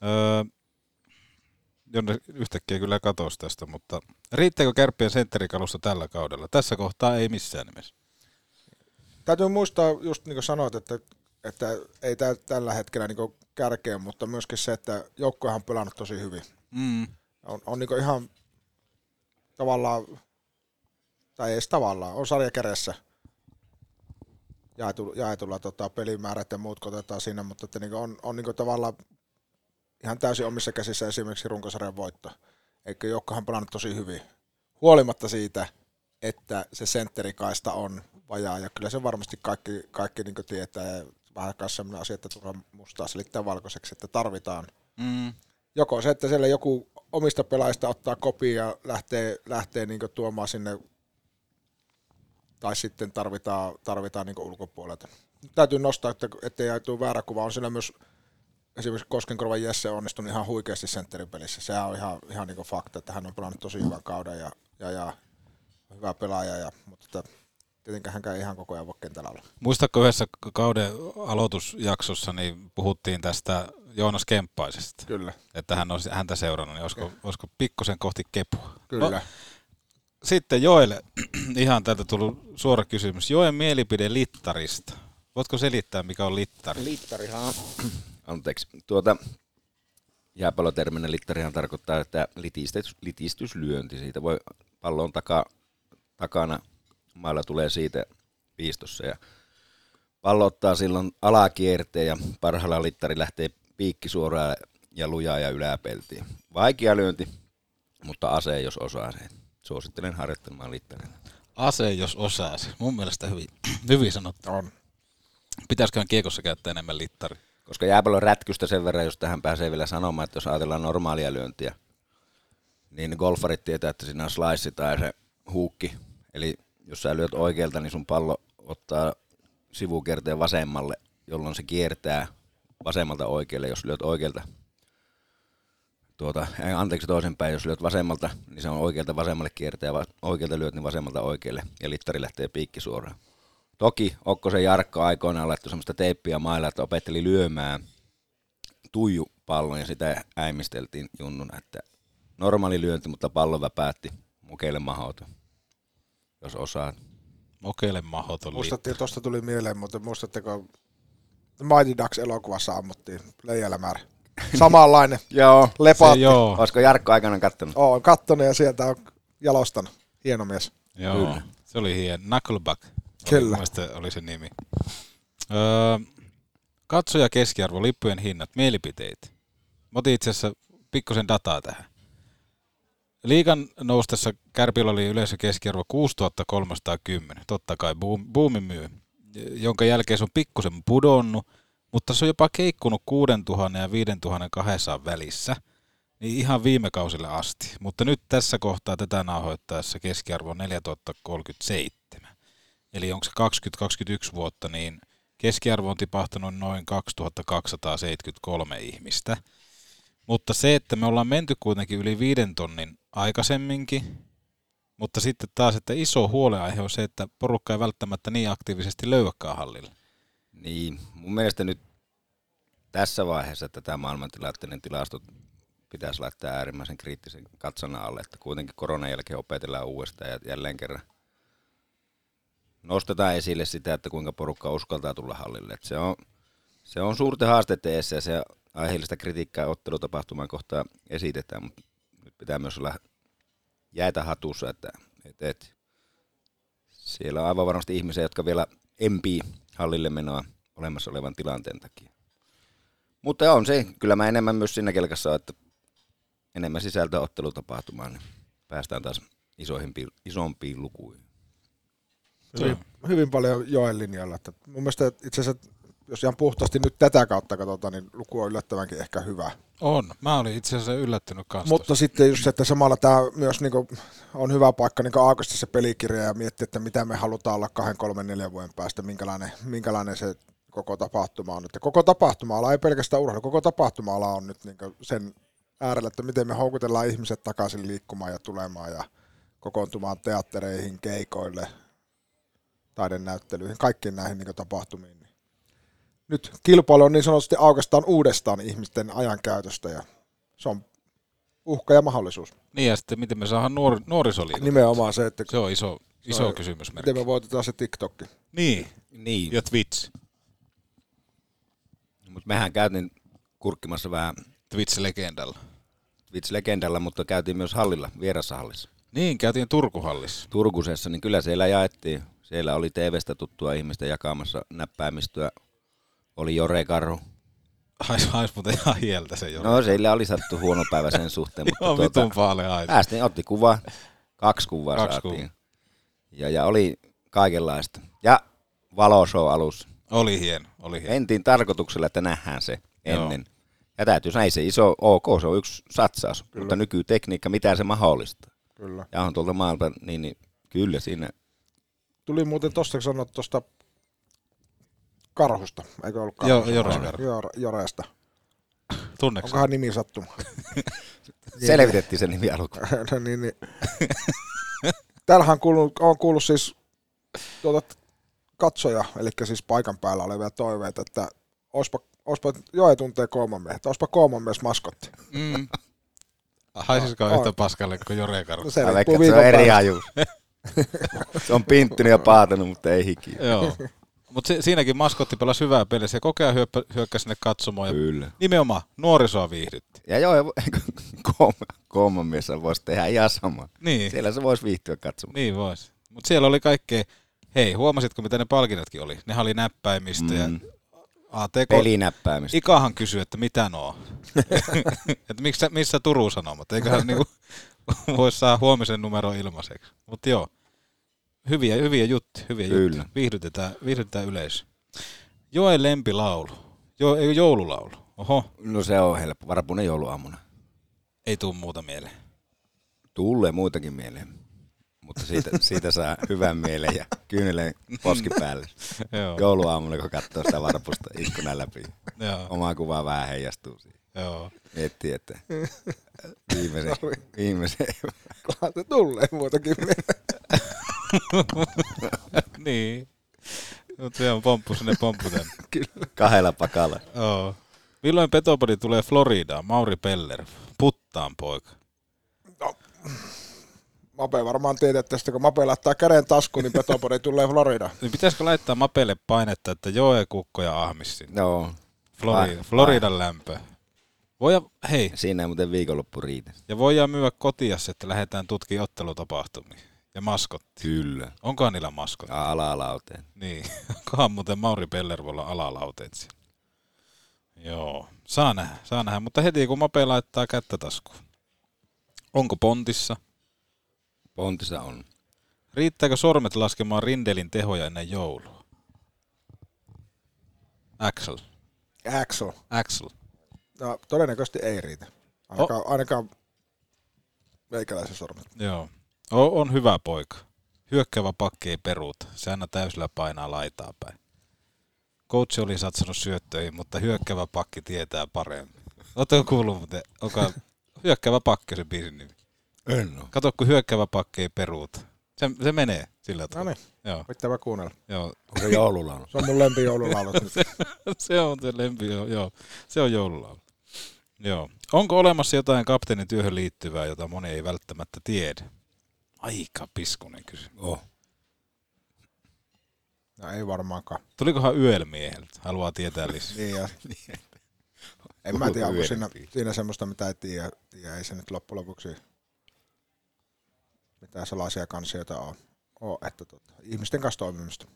Speaker 6: Öö, jonne yhtäkkiä kyllä katosi tästä, mutta riittääkö kärppien sentterikalusta tällä kaudella? Tässä kohtaa ei missään nimessä.
Speaker 7: Täytyy muistaa, just niin kuin sanoit, että, että ei tää, tällä hetkellä niin kärkeä, mutta myöskin se, että joukkoja on pelannut tosi hyvin.
Speaker 6: Mm.
Speaker 7: On, on niin ihan tavallaan, tai ei edes tavallaan, on sarja kädessä jaetulla, jaetulla tota, pelimäärät ja muut kun otetaan siinä, mutta että niin on, on niin tavallaan ihan täysin omissa käsissä esimerkiksi runkosarjan voitto. Eikö joukkohan on pelannut tosi hyvin, huolimatta siitä, että se sentterikaista on vajaa, ja kyllä se varmasti kaikki, kaikki niin tietää, ja vähän kanssa sellainen asia, että turha mustaa selittää valkoiseksi, että tarvitaan
Speaker 6: Mm.
Speaker 7: joko se, että siellä joku omista pelaajista ottaa kopia ja lähtee, lähtee niin tuomaan sinne, tai sitten tarvitaan, tarvitaan niin ulkopuolelta. Täytyy nostaa, että ettei jäi väärä kuva. On siellä myös esimerkiksi Koskenkorvan Jesse onnistunut ihan huikeasti sentterin pelissä. Sehän on ihan, ihan niin fakta, että hän on pelannut tosi hyvän kauden ja, ja, ja hyvä pelaaja, ja, mutta että tietenkään hänkään ei ihan koko ajan voi kentällä olla.
Speaker 6: Muistatko yhdessä kauden aloitusjaksossa, niin puhuttiin tästä Joonas Kemppaisesta,
Speaker 7: Kyllä,
Speaker 6: että hän on häntä seurannut, niin olisiko, olisiko pikkusen kohti kepua?
Speaker 7: kyllä.
Speaker 6: No, sitten Joelle, (clears throat) ihan täältä tullut suora kysymys. Joen mielipide littarista. Voitko selittää, mikä on littari?
Speaker 8: Littarihan Anteeksi. Tuota, jääpalloterminä littarihan tarkoittaa, että litistys, litistyslyönti. Siitä voi pallon taka, takana mailla tulee siitä piistossa ja pallo ottaa silloin alakierteen ja parhaalla littari lähtee piikki suoraan ja lujaa ja yläpeltiin. Vaikea lyönti, mutta ase jos osaa sen. Suosittelen harjoittelemaan littarilla.
Speaker 6: Ase, jos osaa. se. Mun mielestä hyvin, (clears throat) hyvin sanottu.
Speaker 7: On.
Speaker 6: Pitäisiköhän kiekossa käyttää enemmän littari?
Speaker 8: Koska jääpallon rätkystä sen verran, jos tähän pääsee vielä sanomaan, että jos ajatellaan normaalia lyöntiä, niin golfarit tietää, että siinä on slice tai se huukki. Eli jos sä lyöt oikealta, niin sun pallo ottaa sivukerteen vasemmalle, jolloin se kiertää vasemmalta oikealle, jos lyöt oikealta. Tuota, ei, anteeksi toisinpäin, jos lyöt vasemmalta, niin se on oikealta vasemmalle kiertää, ja va- oikealta lyöt, niin vasemmalta oikealle, ja littari lähtee piikki suoraan. Toki Okkosen Jarkko aikoinaan laittoi semmoista teippiä mailla, että opetteli lyömään tuijupallon ja sitä äimisteltiin junnuna, että normaali lyönti, mutta pallo väpäätti mukeille mahdoton, jos osaat.
Speaker 6: Mokeille mahdoton littari.
Speaker 7: Muistatte, tuosta tuli mieleen, mutta muistatteko Mighty Ducks-elokuvassa ammuttiin leijalämärä. Samanlainen.
Speaker 8: Joo.
Speaker 7: Lepaatti.
Speaker 6: Se joo.
Speaker 8: Olisiko Jarkko aikanaan kattonut?
Speaker 7: Oon kattonut ja sieltä on jalostanut. Hieno mies.
Speaker 6: Joo,
Speaker 8: Kyllä.
Speaker 6: se oli hieno. Knuckleback oli,
Speaker 7: Kyllä.
Speaker 6: mun mielestä oli se nimi. Öö, katsoja keskiarvo, lippujen hinnat, mielipiteet. Mä otin itse asiassa pikkusen dataa tähän. Liikan noustessa Kärpillä oli yleensä keskiarvo 6310, totta kai boom, boomi myy, jonka jälkeen se on pikkusen pudonnut, mutta se on jopa keikkunut 6000 ja 5200 välissä. Niin ihan viime kausille asti. Mutta nyt tässä kohtaa tätä nauhoittaessa keskiarvo on 4037. Eli onko se 20-21 vuotta, niin keskiarvo on tipahtanut noin 2273 ihmistä. Mutta se, että me ollaan menty kuitenkin yli viiden tonnin aikaisemminkin, mutta sitten taas, että iso huolenaihe on se, että porukka ei välttämättä niin aktiivisesti löydäkään hallille.
Speaker 8: Niin, mun mielestä nyt tässä vaiheessa tätä maailmantilanteiden tilastot pitäisi laittaa äärimmäisen kriittisen katsana alle, että kuitenkin koronan jälkeen opetellaan uudestaan ja jälleen kerran nostetaan esille sitä, että kuinka porukka uskaltaa tulla hallille. Et se, on, se on suurten haasteiden edessä ja se aiheellista kritiikkaa ottelutapahtumaan kohtaan esitetään, mutta nyt pitää myös olla jäitä hatussa, että et, et. siellä on aivan varmasti ihmisiä, jotka vielä empii hallille menoa olemassa olevan tilanteen takia. Mutta on se, kyllä mä enemmän myös siinä kelkassa on, että enemmän sisältöä ottelutapahtumaan, niin päästään taas isoihin, pi- isompiin lukuihin.
Speaker 7: Se oli hyvin paljon joen linjalla. Että mun mielestä itse asiassa, jos ihan puhtaasti nyt tätä kautta katsotaan, niin luku on yllättävänkin ehkä hyvä.
Speaker 6: On. Mä olin itse asiassa yllättynyt kanssa.
Speaker 7: Mutta sitten just se, että samalla tämä myös niinku on hyvä paikka niinku aukaista se pelikirja ja miettiä, että mitä me halutaan olla kahden, kolmen, neljän vuoden päästä, minkälainen, minkälainen se koko tapahtuma on. Että koko tapahtuma-ala, ei pelkästään urheilu, koko tapahtuma-ala on nyt niinku sen äärellä, että miten me houkutellaan ihmiset takaisin liikkumaan ja tulemaan ja kokoontumaan teattereihin, keikoille, taidenäyttelyihin, kaikkiin näihin niin tapahtumiin. niin Nyt kilpailu on niin sanotusti aukastaan uudestaan ihmisten ajankäytöstä ja se on uhka ja mahdollisuus.
Speaker 6: Niin ja sitten miten me saadaan nuor- nuorisoliikuntaa.
Speaker 7: Nimenomaan se, että
Speaker 6: Se on iso, iso
Speaker 7: on-
Speaker 6: kysymysmerkki.
Speaker 7: miten me voitetaan se TikTokki.
Speaker 6: Niin.
Speaker 8: Niin,
Speaker 6: Ja Twitch.
Speaker 8: mutta mehän käytiin kurkkimassa vähän
Speaker 6: Twitch-legendalla.
Speaker 8: Twitch-legendalla, mutta käytiin myös hallilla, vierassa hallissa.
Speaker 6: Niin, käytiin Turkuhallissa. (laughs)
Speaker 8: Turkusessa, niin kyllä siellä jaettiin. Siellä oli TV-stä tuttua ihmistä jakamassa näppäimistöä. Oli Jore Karhu.
Speaker 6: Hais, hais muuten ihan hieltä se jo. (laughs)
Speaker 8: No sillä oli sattu huono päivä sen suhteen, mutta
Speaker 6: Joo,
Speaker 8: tuota,
Speaker 6: vitun paale hais.
Speaker 8: päästiin, otti kuva. Kaksi kuvaa
Speaker 6: Kaksi
Speaker 8: Kaksi saatiin. Ja, ja oli kaikenlaista. Ja valoshow alussa.
Speaker 6: Oli hieno, oli hieno.
Speaker 8: Mentiin tarkoituksella, että nähdään se
Speaker 6: Joo.
Speaker 8: ennen. Ja täytyy näin se iso OK, se on yksi satsaus. Kyllä. Mutta nykytekniikka, mitä se mahdollistaa.
Speaker 7: Kyllä.
Speaker 8: Ja on tuolta maailmalta, niin, niin kyllä siinä
Speaker 7: Tuli muuten tuosta sanoa tuosta karhusta, eikö ollut
Speaker 6: Joo,
Speaker 7: karhusta?
Speaker 6: Jore Karhu.
Speaker 7: Jor, Joresta.
Speaker 6: Tunneeko sä?
Speaker 7: Onkohan nimi sattuma? (laughs)
Speaker 8: selvitettiin se nimi alkuun.
Speaker 7: no niin, niin. Täällähän on kuullut, on kuullut siis tuota, katsoja, eli siis paikan päällä olevia toiveita, että olisipa, olisipa Joe tuntee kolman miehet, olisipa kolman mies maskotti.
Speaker 6: Mm. Ah, Haisisiko
Speaker 7: On.
Speaker 6: yhtä paskalle kuin Jore Karhu?
Speaker 7: No se
Speaker 8: Mä
Speaker 7: riippuu
Speaker 8: veikkaan, että se on
Speaker 7: viikon
Speaker 8: eri
Speaker 7: päästä.
Speaker 8: ajuus. se on pinttynyt ja paatanut, mutta ei hiki.
Speaker 6: Joo. Mutta si- siinäkin maskotti pelasi hyvää peliä. Se kokea hyöppä, hyökkäsi sinne katsomoon. Ja
Speaker 8: Kyllä.
Speaker 6: nimenomaan nuorisoa viihdytti.
Speaker 8: Ja (laughs) joo, kolman mies voisi tehdä ihan sama.
Speaker 6: Niin,
Speaker 8: Siellä se voisi viihtyä katsomaan.
Speaker 6: niin vois. Mutta siellä oli kaikkea. Hei, huomasitko mitä ne palkinnotkin oli? Ne oli näppäimistä mm. ja
Speaker 8: Mm.
Speaker 6: ATK.
Speaker 8: Pelinäppäämistä.
Speaker 6: Ikahan kysyi, että mitä noo. että missä, missä Turun Sanomat? Eiköhän niinku (laughs) voisi saada huomisen numero ilmaiseksi. Mutta joo, hyviä, hyviä juttuja. Hyviä
Speaker 8: Kyllä.
Speaker 6: juttuja. Viihdytetään, viihdytetään yleisö. Joen lempilaulu. Jo, ei, joululaulu. Oho,
Speaker 8: No se on helppo. Varpunen jouluaamuna.
Speaker 6: ei tuu muuta mieleen.
Speaker 8: Tulee muitakin mieleen. Mutta (laughs) siitä, siitä saa hyvän mielen ja kyyneleen poski (laughs) päälle.
Speaker 6: joo,
Speaker 8: Jouluaamuna, kun katsoo sitä varpusta ikkunan läpi.
Speaker 6: joo,
Speaker 8: Omaa kuvaa vähän heijastuu siihen.
Speaker 6: joo.
Speaker 8: Miettii, että viimeisen, (laughs) viimeisen
Speaker 7: Kunhan se (laughs) tulee muutakin mieleen.
Speaker 6: niin. Mut se on pomppu sinne pomppu tänne.
Speaker 8: kahdella pakalla.
Speaker 6: joo. Milloin Petopodi tulee Floridaan? Mauri Peller. Puttaan poika.
Speaker 7: Mape varmaan tietää tästä, kun Mape laittaa käden taskuun, niin Petopori tulee Florida.
Speaker 6: Niin pitäisikö laittaa Mapelle painetta, että Joe Kukko ja Ahmis sinne?
Speaker 8: No,
Speaker 6: Florida,
Speaker 8: Vai-
Speaker 6: Floridan lämpö. Voidaan, hei,
Speaker 8: siinä ei muuten viikonloppu riitä.
Speaker 6: ja voidaan myydä kotiassa, että lähdetään tutkimaan ottelutapahtumia. Ja maskotti.
Speaker 8: Kyllä.
Speaker 6: Onkohan niillä maskotti?
Speaker 8: Ja alalauteen.
Speaker 6: Niin. (laughs) Onkohan muuten Mauri Peller voi olla alalauteet siellä. Joo. Saa nähdä, saa nähdä. Mutta heti kun Mape laittaa kättä taskuun. Onko pontissa?
Speaker 8: Pontissa on.
Speaker 6: Riittääkö sormet laskemaan rindelin tehoja ennen joulua? Axel.
Speaker 7: Axel.
Speaker 6: Axel.
Speaker 7: No, todennäköisesti ei riitä. Ainakaan, oh. ainakaan meikäläisen sormet.
Speaker 6: Joo. O- on hyvä poika. Hyökkäävä pakki ei peruuta. Se aina täysillä painaa laitaa päin. Coach oli satsannut syöttöihin, mutta hyökkäävä pakki tietää paremmin. Oletko kuullut muuten?
Speaker 8: (laughs)
Speaker 6: Onko hyökkäävä pakki on se biisin nimi?
Speaker 8: En oo.
Speaker 6: Kato, kun hyökkäävä pakki ei peruuta. Se, se menee sillä tavalla.
Speaker 7: niin.
Speaker 6: Joo,
Speaker 7: Pitääpä kuunnella.
Speaker 6: joo. (laughs)
Speaker 8: Se joululaulu.
Speaker 7: Se on mun lempijoululaulut nyt.
Speaker 6: se on se lempi, joo, joo. Se on joululaulu. Joo. Onko olemassa jotain kapteenin työhön liittyvää, jota moni ei välttämättä tiedä? Aika piskunen kysymys. Oh.
Speaker 7: No ei varmaankaan.
Speaker 6: Tulikohan yöllä mieheltä? Haluaa tietää lisää.
Speaker 7: Niin ja. en mä tiedä, onko siinä, siinä semmoista, mitä ei tiedä. tiedä. Ei se nyt loppujen lopuksi mitään salaisia kansioita ole. ole että tota, ihmisten kanssa toimimista.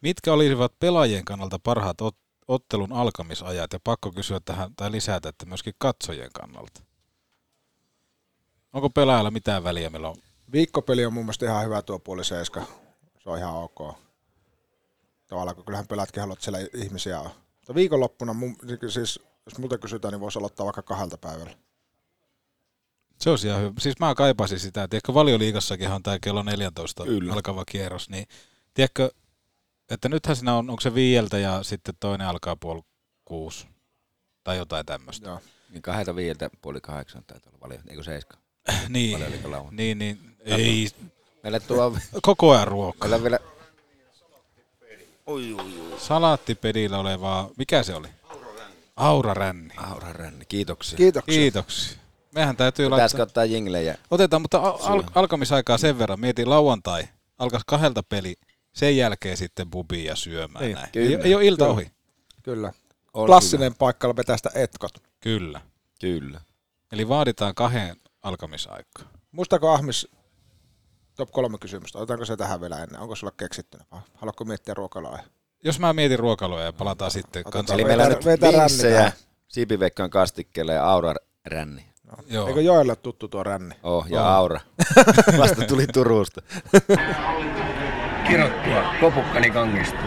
Speaker 6: Mitkä olisivat pelaajien kannalta parhaat ot- ottelun alkamisajat? Ja pakko kysyä tähän tai lisätä, että myöskin katsojien kannalta. Onko pelaajalla mitään väliä, milloin
Speaker 7: Viikkopeli on mun mielestä ihan hyvä tuo puoli seiska. Se on ihan ok. Tavallaan, kun kyllähän pelätkin haluat, että siellä ihmisiä on. Mutta viikonloppuna, mun, siis, jos multa kysytään, niin voisi aloittaa vaikka kahdelta päivällä.
Speaker 6: Se olisi ihan hyvä. Siis mä kaipasin sitä. Tiedätkö, valioliigassakinhan on tämä kello 14 Kyllä. alkava kierros, niin tiedätkö, että nythän siinä on, onko se viieltä ja sitten toinen alkaa puoli kuusi tai jotain tämmöistä.
Speaker 7: Joo.
Speaker 8: Niin kahdelta viieltä puoli kahdeksan taitaa olla paljon, eikö seiska?
Speaker 6: Niin,
Speaker 8: Paljon liikaa lauantai.
Speaker 6: niin, niin, ei,
Speaker 8: Meillä tuo
Speaker 6: koko ajan ruoka.
Speaker 8: meillä on vielä
Speaker 6: Salaattipedillä olevaa, mikä se oli? Auraränni.
Speaker 8: Aura Ränni, kiitoksia.
Speaker 7: Kiitoksia.
Speaker 6: Kiitoksia. Mehän täytyy
Speaker 8: Pitäisikö
Speaker 6: laittaa.
Speaker 8: ottaa jinglejä?
Speaker 6: Otetaan, mutta al- al- alkamisaikaa sen verran. Mietin lauantai, alkaisi kahdelta peli, sen jälkeen sitten bubiin ja syömään näin. Ei,
Speaker 8: Niin, kyllä.
Speaker 6: ei ole ilta ohi.
Speaker 7: Kyllä.
Speaker 8: On
Speaker 7: Klassinen paikka vetästä etkot.
Speaker 6: Kyllä.
Speaker 8: Kyllä.
Speaker 6: Eli vaaditaan kahden alkamisaikaa.
Speaker 7: Muistaako Ahmis top kolme kysymystä? Otetaanko se tähän vielä ennen? Onko sulla keksittynä? vai Haluatko miettiä ruokalaa?
Speaker 6: Jos mä mietin ruokailuja ja palataan sitten
Speaker 8: Eli
Speaker 7: Eli
Speaker 6: kansalle.
Speaker 8: meillä
Speaker 7: meillä
Speaker 8: on
Speaker 7: Vetä-
Speaker 8: nyt
Speaker 7: nyt vetä ränni vinksejä,
Speaker 8: vinksejä,
Speaker 7: tähän.
Speaker 8: Siipivekkan kastikkeelle ja Aura Ränni.
Speaker 6: Joo.
Speaker 7: Eikö Joelle tuttu tuo ränni?
Speaker 8: No. Oh, ja Aura. (laughs) Vasta tuli Turusta.
Speaker 4: Kirottua kopukkani kangista.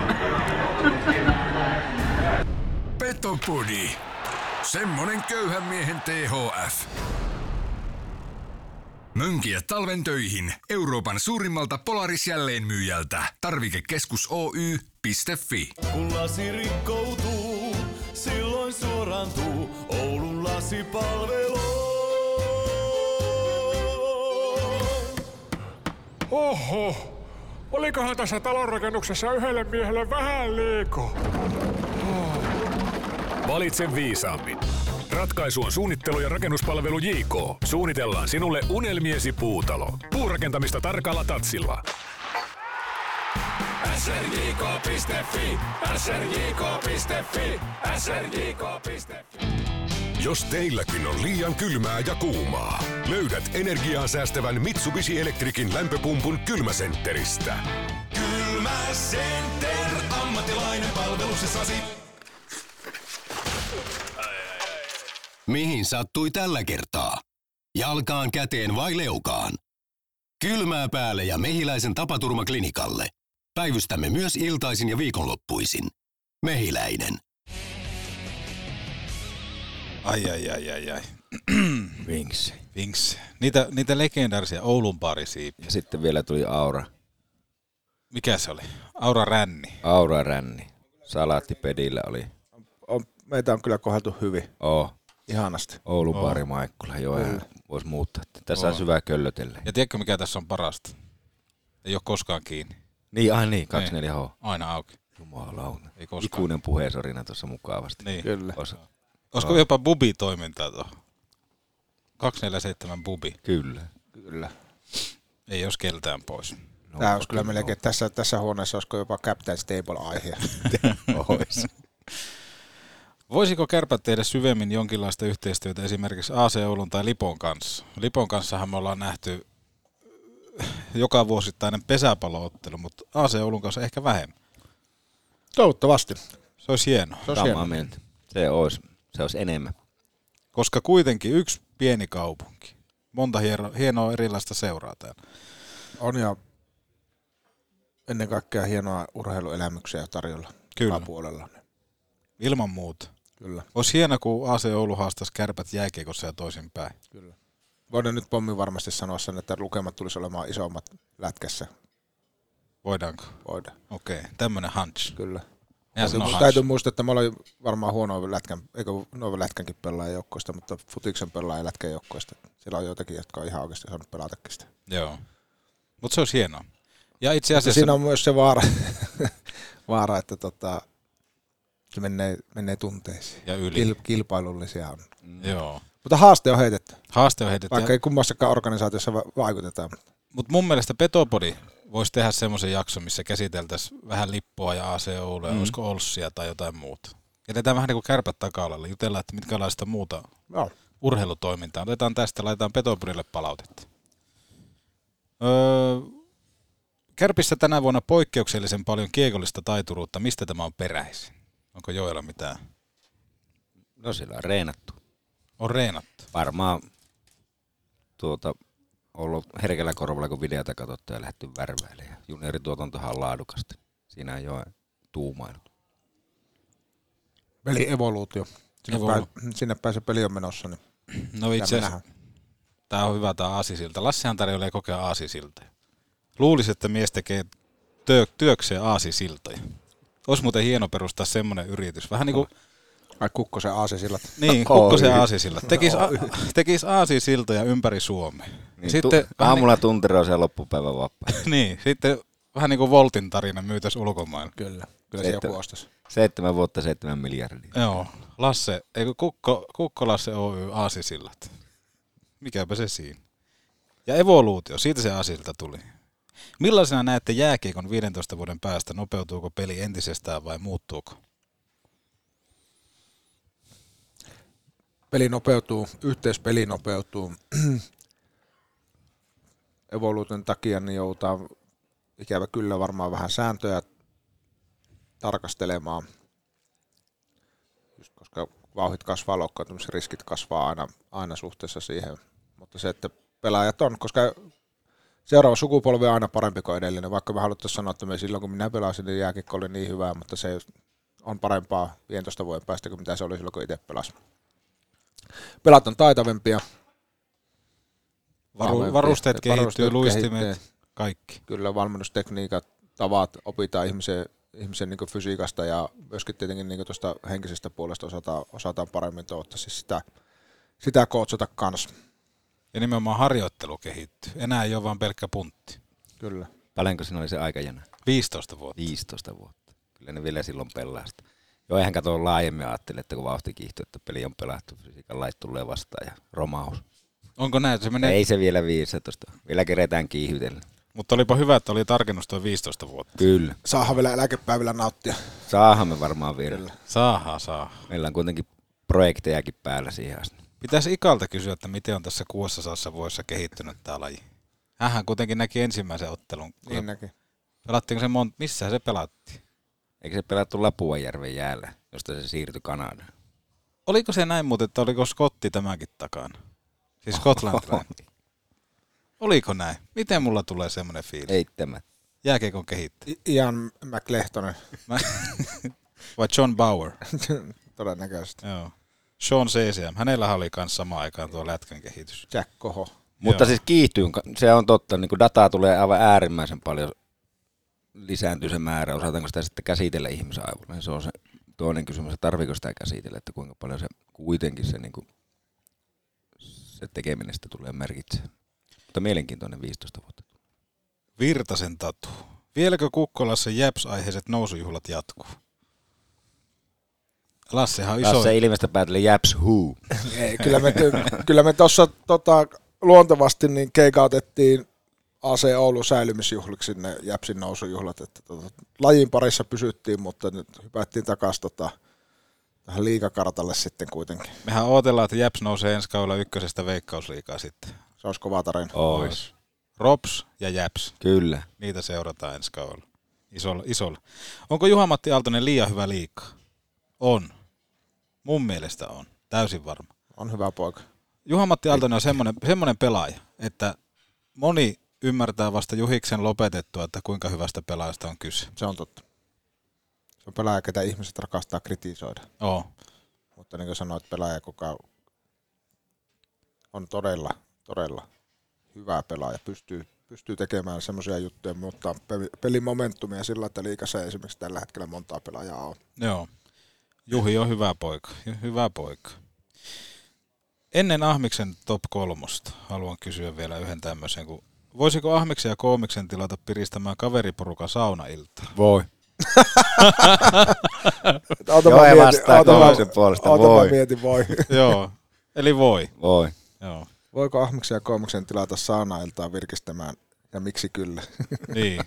Speaker 3: Petopodi. Semmonen köyhän miehen THF. Mönkiä talven töihin Euroopan suurimmalta Polaris jälleenmyyjältä. Tarvikekeskus Oy.fi.
Speaker 10: Kun lasi rikkoutuu, silloin suorantuu Oulun lasipalvelu.
Speaker 11: Oho, olikohan tässä talonrakennuksessa yhdelle miehelle vähän liiko?
Speaker 12: Valitse viisaammin. Ratkaisu on suunnittelu- ja rakennuspalvelu JK. Suunnitellaan sinulle unelmiesi puutalo. Puurakentamista tarkalla tatsilla. srjk.fi, srjk.fi, srjk.fi.
Speaker 13: Jos teilläkin on liian kylmää ja kuumaa, löydät energiaa säästävän Mitsubishi Electricin lämpöpumpun kylmäsentteristä.
Speaker 10: Kylmä Center, ammattilainen palvelusessasi.
Speaker 4: Mihin sattui tällä kertaa? Jalkaan, käteen vai leukaan? Kylmää päälle ja mehiläisen tapaturmaklinikalle. Päivystämme myös iltaisin ja viikonloppuisin. Mehiläinen.
Speaker 6: Ai, ai, ai, ai, ai.
Speaker 8: Vinksi.
Speaker 6: Vinks. Niitä, niitä legendaarisia Oulun baarisiipiä.
Speaker 8: Ja sitten vielä tuli Aura.
Speaker 6: Mikä se oli? Aura Ränni.
Speaker 8: Aura Ränni. Salaattipedillä oli.
Speaker 7: On, meitä on kyllä kohdeltu hyvin.
Speaker 8: Oh.
Speaker 7: Ihanasti.
Speaker 8: Oulun
Speaker 6: Oo.
Speaker 8: baari Maikkula. Joo,
Speaker 7: Kyllä.
Speaker 8: voisi muuttaa. Tässä on
Speaker 6: Oo.
Speaker 8: syvää köllötellä.
Speaker 6: Ja tiedätkö mikä tässä on parasta? Ei ole koskaan kiinni.
Speaker 8: Niin, ai niin, 24H.
Speaker 6: Aina auki.
Speaker 8: Jumalauta.
Speaker 6: Ei koskaan.
Speaker 8: Ikuinen puheensorina tuossa mukavasti.
Speaker 6: Niin.
Speaker 7: Kyllä.
Speaker 8: Osa.
Speaker 6: Olisiko jopa bubi-toimintaa tuohon? 247 bubi.
Speaker 8: Kyllä.
Speaker 7: Kyllä.
Speaker 6: Ei jos keltään pois.
Speaker 8: No,
Speaker 7: Tämä olisi kyllä melkein, että tässä, tässä huoneessa olisiko jopa Captain Stable-aihe.
Speaker 8: Ois.
Speaker 6: Voisiko kärpät tehdä syvemmin jonkinlaista yhteistyötä esimerkiksi AC Oulun tai Lipon kanssa? Lipon kanssahan me ollaan nähty joka vuosittainen pesäpalloottelu, mutta AC Oulun kanssa ehkä vähemmän.
Speaker 7: Toivottavasti.
Speaker 6: Se olisi hienoa,
Speaker 7: Se on
Speaker 8: Samaa
Speaker 7: hieno.
Speaker 8: mieltä. Se olisi, se olisi enemmän.
Speaker 6: koska kuitenkin yksi pieni kaupunki. Monta hiero- hienoa erilaista seuraa täällä.
Speaker 7: On ja ennen kaikkea hienoa urheiluelämyksiä tarjolla.
Speaker 6: Kyllä.
Speaker 7: joka Puolella.
Speaker 6: Ilman muuta.
Speaker 7: Kyllä.
Speaker 6: Olisi hienoa, kun AC Oulu haastaisi kärpät jääkiekossa ja toisinpäin.
Speaker 7: Kyllä. Voidaan nyt pommin varmasti sanoa sen, että lukemat tulisi olemaan isommat lätkässä.
Speaker 6: Voidaanko?
Speaker 7: Voidaan.
Speaker 6: Okei, tämmönen hunch.
Speaker 7: Kyllä.
Speaker 6: Ja no
Speaker 7: Täytyy,
Speaker 6: sano
Speaker 7: muistaa, täytyy
Speaker 6: hunch.
Speaker 7: muistaa, että mä olin varmaan huono lätkän, eikö noin lätkänkin pelaajan joukkoista, mutta futiksen pelaajan lätkän joukkoista. Siellä on joitakin, jotka on ihan oikeasti saanut pelatakin sitä.
Speaker 6: Joo. Mutta se olisi hienoa. Ja itse
Speaker 7: Ja
Speaker 6: asiassa...
Speaker 7: (laughs) siinä on myös se vaara, vaara että tota, Se menee, menee tunteisiin.
Speaker 6: Ja yli.
Speaker 7: Kil, kilpailullisia on.
Speaker 6: Joo.
Speaker 7: Mutta haaste on heitetty.
Speaker 6: Haaste on heitetty.
Speaker 7: Vaikka ei kummassakaan organisaatiossa va- vaikuteta.
Speaker 6: Mutta mun mielestä Petopodi voisi tehdä semmoisen jakson, missä käsiteltäisiin vähän lippua ja AC Oulua, mm.
Speaker 7: Mm.
Speaker 6: olisiko Olssia tai jotain muuta. Jätetään vähän niin kuin kärpät taka-alalle, jutellaan, että mitkälaista muuta
Speaker 7: Joo.
Speaker 6: urheilutoimintaa. Otetaan tästä, laitetaan Petopodille palautetta. Öö, Kärpissä tänä vuonna poikkeuksellisen paljon kiekollista taituruutta. Mistä tämä on peräisin? Onko Joella mitään?
Speaker 8: No sillä on reenattu.
Speaker 6: On reenattu.
Speaker 8: Varmaan tuota, ollut herkällä korvalla, kun videota katsottu ja lähty värväille. Ja juniorituotantohan on laadukasta. Siinä ei ole tuumailu.
Speaker 7: Peli evoluutio. Sinne,
Speaker 6: Evoluutio.
Speaker 7: Pää, sinne päin se peli on menossa. Niin
Speaker 6: No itse asiassa, tämä on hyvä tämä aasisilta. Lassihan tarjoilee kokea aasisilta. Luulisi, että mies tekee työ, työkseen aasisiltoja. Olisi muuten hieno perustaa semmoinen yritys. Vähän niin kuin
Speaker 7: Ai kukkosen aasisillat.
Speaker 6: niin, kukkosen aasisillat. Tekisi, a, tekisi aasisiltoja ympäri Suomea.
Speaker 8: Niin,
Speaker 6: sitten,
Speaker 8: tu-
Speaker 6: vähän niin,
Speaker 8: aamulla tunteroissa ja loppupäivän vapaa.
Speaker 6: niin, sitten vähän niin kuin Voltin tarina myytäisi ulkomailla.
Speaker 7: Kyllä,
Speaker 8: Seitsemän- (laughs) Seitsemän vuotta, seitsemän miljardia.
Speaker 6: Joo, Lasse, eikö Kukko, Kukko Lasse Oy Aasisillat. Mikäpä se siinä. Ja evoluutio, siitä se Aasilta tuli. Millaisena näette jääkiekon 15 vuoden päästä? Nopeutuuko peli entisestään vai muuttuuko?
Speaker 7: Peli nopeutuu, yhteispeli nopeutuu. (clears throat) Evoluution takia niin joudutaan ikävä kyllä varmaan vähän sääntöjä tarkastelemaan, Just koska vauhit kasvaa, loukkaantumisriskit kasvaa aina, aina suhteessa siihen. Mutta se, että pelaajat on, koska seuraava sukupolvi on aina parempi kuin edellinen, vaikka me haluttaisiin sanoa, että me silloin kun minä pelasin, niin jääkikko oli niin hyvää, mutta se on parempaa 15 vuoden päästä kuin mitä se oli silloin, kun itse pelasin. Pelat on taitavempia.
Speaker 6: Varu-
Speaker 7: vahvempia.
Speaker 6: varusteet kehittyy,
Speaker 7: Varusteet
Speaker 6: luistimet, kaikki.
Speaker 7: Kyllä, valmennustekniikat, tavat, opitaan ihmisen, ihmisen niin fysiikasta ja myöskin tietenkin niin tuosta henkisestä puolesta osataan, osataan paremmin tuottaa siis sitä, sitä kootsata kanssa.
Speaker 6: Ja nimenomaan harjoittelu kehittyy. Enää ei ole vaan pelkkä puntti.
Speaker 7: Kyllä.
Speaker 8: Paljonko siinä oli se aikajana?
Speaker 6: 15 vuotta.
Speaker 8: 15 vuotta. Kyllä ne vielä silloin pelaa sitä. Joo, eihän katso laajemmin ajattelin, että kun vauhti kiihtyy, että peli on pelattu, fysiikan lait tulee vastaan ja romaus.
Speaker 6: Onko näin? Se menee...
Speaker 8: Ei se vielä 15, vielä keretään kiihdytellä.
Speaker 6: Mutta olipa hyvä, että oli tarkennus tuo 15 vuotta.
Speaker 8: Kyllä.
Speaker 7: Saahan vielä eläkepäivillä nauttia.
Speaker 8: Saahan me varmaan vielä.
Speaker 6: Saahan, saa.
Speaker 8: Meillä on kuitenkin projektejakin päällä siihen asti.
Speaker 6: Pitäisi Ikalta kysyä, että miten on tässä 600 vuodessa kehittynyt tämä laji. Hänhän kuitenkin näki ensimmäisen ottelun. kun
Speaker 7: Niin
Speaker 6: se-
Speaker 7: näki.
Speaker 6: Pelattiinko se mont... Missä se pelattiin?
Speaker 8: Eikö se pelattu Lapuajärven jäällä, josta se siirtyi Kanadaan?
Speaker 6: Oliko se näin muuten, että oliko Skotti tämänkin takana? Siis
Speaker 8: (laughs)
Speaker 6: skotlantilainen. Oliko näin? Miten mulla tulee semmoinen fiilis?
Speaker 8: Ei tämä.
Speaker 6: Jääkiekon kehittäjä.
Speaker 7: I- Ian McLehtonen.
Speaker 6: Vai John Bauer?
Speaker 7: Todennäköisesti.
Speaker 6: Joo. Sean CCM. Hänellä oli kanssa samaan aikaan tuo lätkän kehitys.
Speaker 7: Jack Koho.
Speaker 8: Mutta
Speaker 6: Joo.
Speaker 8: siis kiihtyy, se on totta, niin kuin dataa tulee aivan äärimmäisen paljon lisääntyy se määrä, osataanko sitä sitten käsitellä ihmisaivoilla, se on se toinen kysymys, että tarviiko sitä käsitellä, että kuinka paljon se kuitenkin se, niin kuin, se tekeminen sitä tulee merkitsemään. Mutta mielenkiintoinen 15 vuotta.
Speaker 6: Virtasen tatu. Vieläkö Kukkolassa Japs-aiheiset nousujuhlat jatkuu? Lassehan on iso.
Speaker 8: Taas se ilmeistä pääteli Japs Who.
Speaker 7: Ei, kyllä me, (laughs) kyllä me tuossa tota, luontevasti niin keikautettiin AC Oulun säilymisjuhliksi ne Jäpsin nousujuhlat. Että, tota, lajin parissa pysyttiin, mutta nyt hypättiin takaisin tota, tähän liikakartalle sitten kuitenkin.
Speaker 6: Mehän odotellaan, että Japs nousee ensi kaudella ykkösestä veikkausliikaa sitten.
Speaker 7: Se olisi kova tarina.
Speaker 8: Oh. Ois.
Speaker 6: Rops ja Japs.
Speaker 8: Kyllä.
Speaker 6: Niitä seurataan ensi kaudella. Isolla, isolla. Onko Juha-Matti Aaltonen liian hyvä liikka? On. Mun mielestä on. Täysin varma.
Speaker 7: On hyvä poika.
Speaker 6: Juha-Matti Aaltonen on semmoinen, semmoinen pelaaja, että moni ymmärtää vasta Juhiksen lopetettua, että kuinka hyvästä pelaajasta on kyse.
Speaker 7: Se on totta. Se on pelaaja, ketä ihmiset rakastaa kritisoida.
Speaker 6: Oo.
Speaker 7: Mutta niin kuin sanoit, pelaaja, kuka on todella, todella hyvä pelaaja, pystyy, pystyy tekemään semmoisia juttuja, mutta pe- pelin momentumia sillä, että liikassa esimerkiksi tällä hetkellä montaa pelaajaa on.
Speaker 6: Joo. Juhi on hyvä poika. Hy- Hyvä poika. Ennen Ahmiksen top kolmosta haluan kysyä vielä yhden tämmöisen, kun voisiko Ahmiksen ja Koomiksen tilata piristämään kaveriporukan saunailta?
Speaker 8: Voi.
Speaker 7: Oota mä
Speaker 8: Joe
Speaker 7: mietin,
Speaker 8: vastaa
Speaker 7: oota mä-
Speaker 8: kokoomuksen puolesta,
Speaker 7: oota mä
Speaker 8: voi.
Speaker 7: mietin, voi. (laughs)
Speaker 6: Joo, eli voi.
Speaker 8: Voi.
Speaker 6: Joo.
Speaker 7: Voiko ahmiksen ja koomuksen tilata saunailtaa virkistämään ja miksi kyllä? (laughs)
Speaker 6: Niin.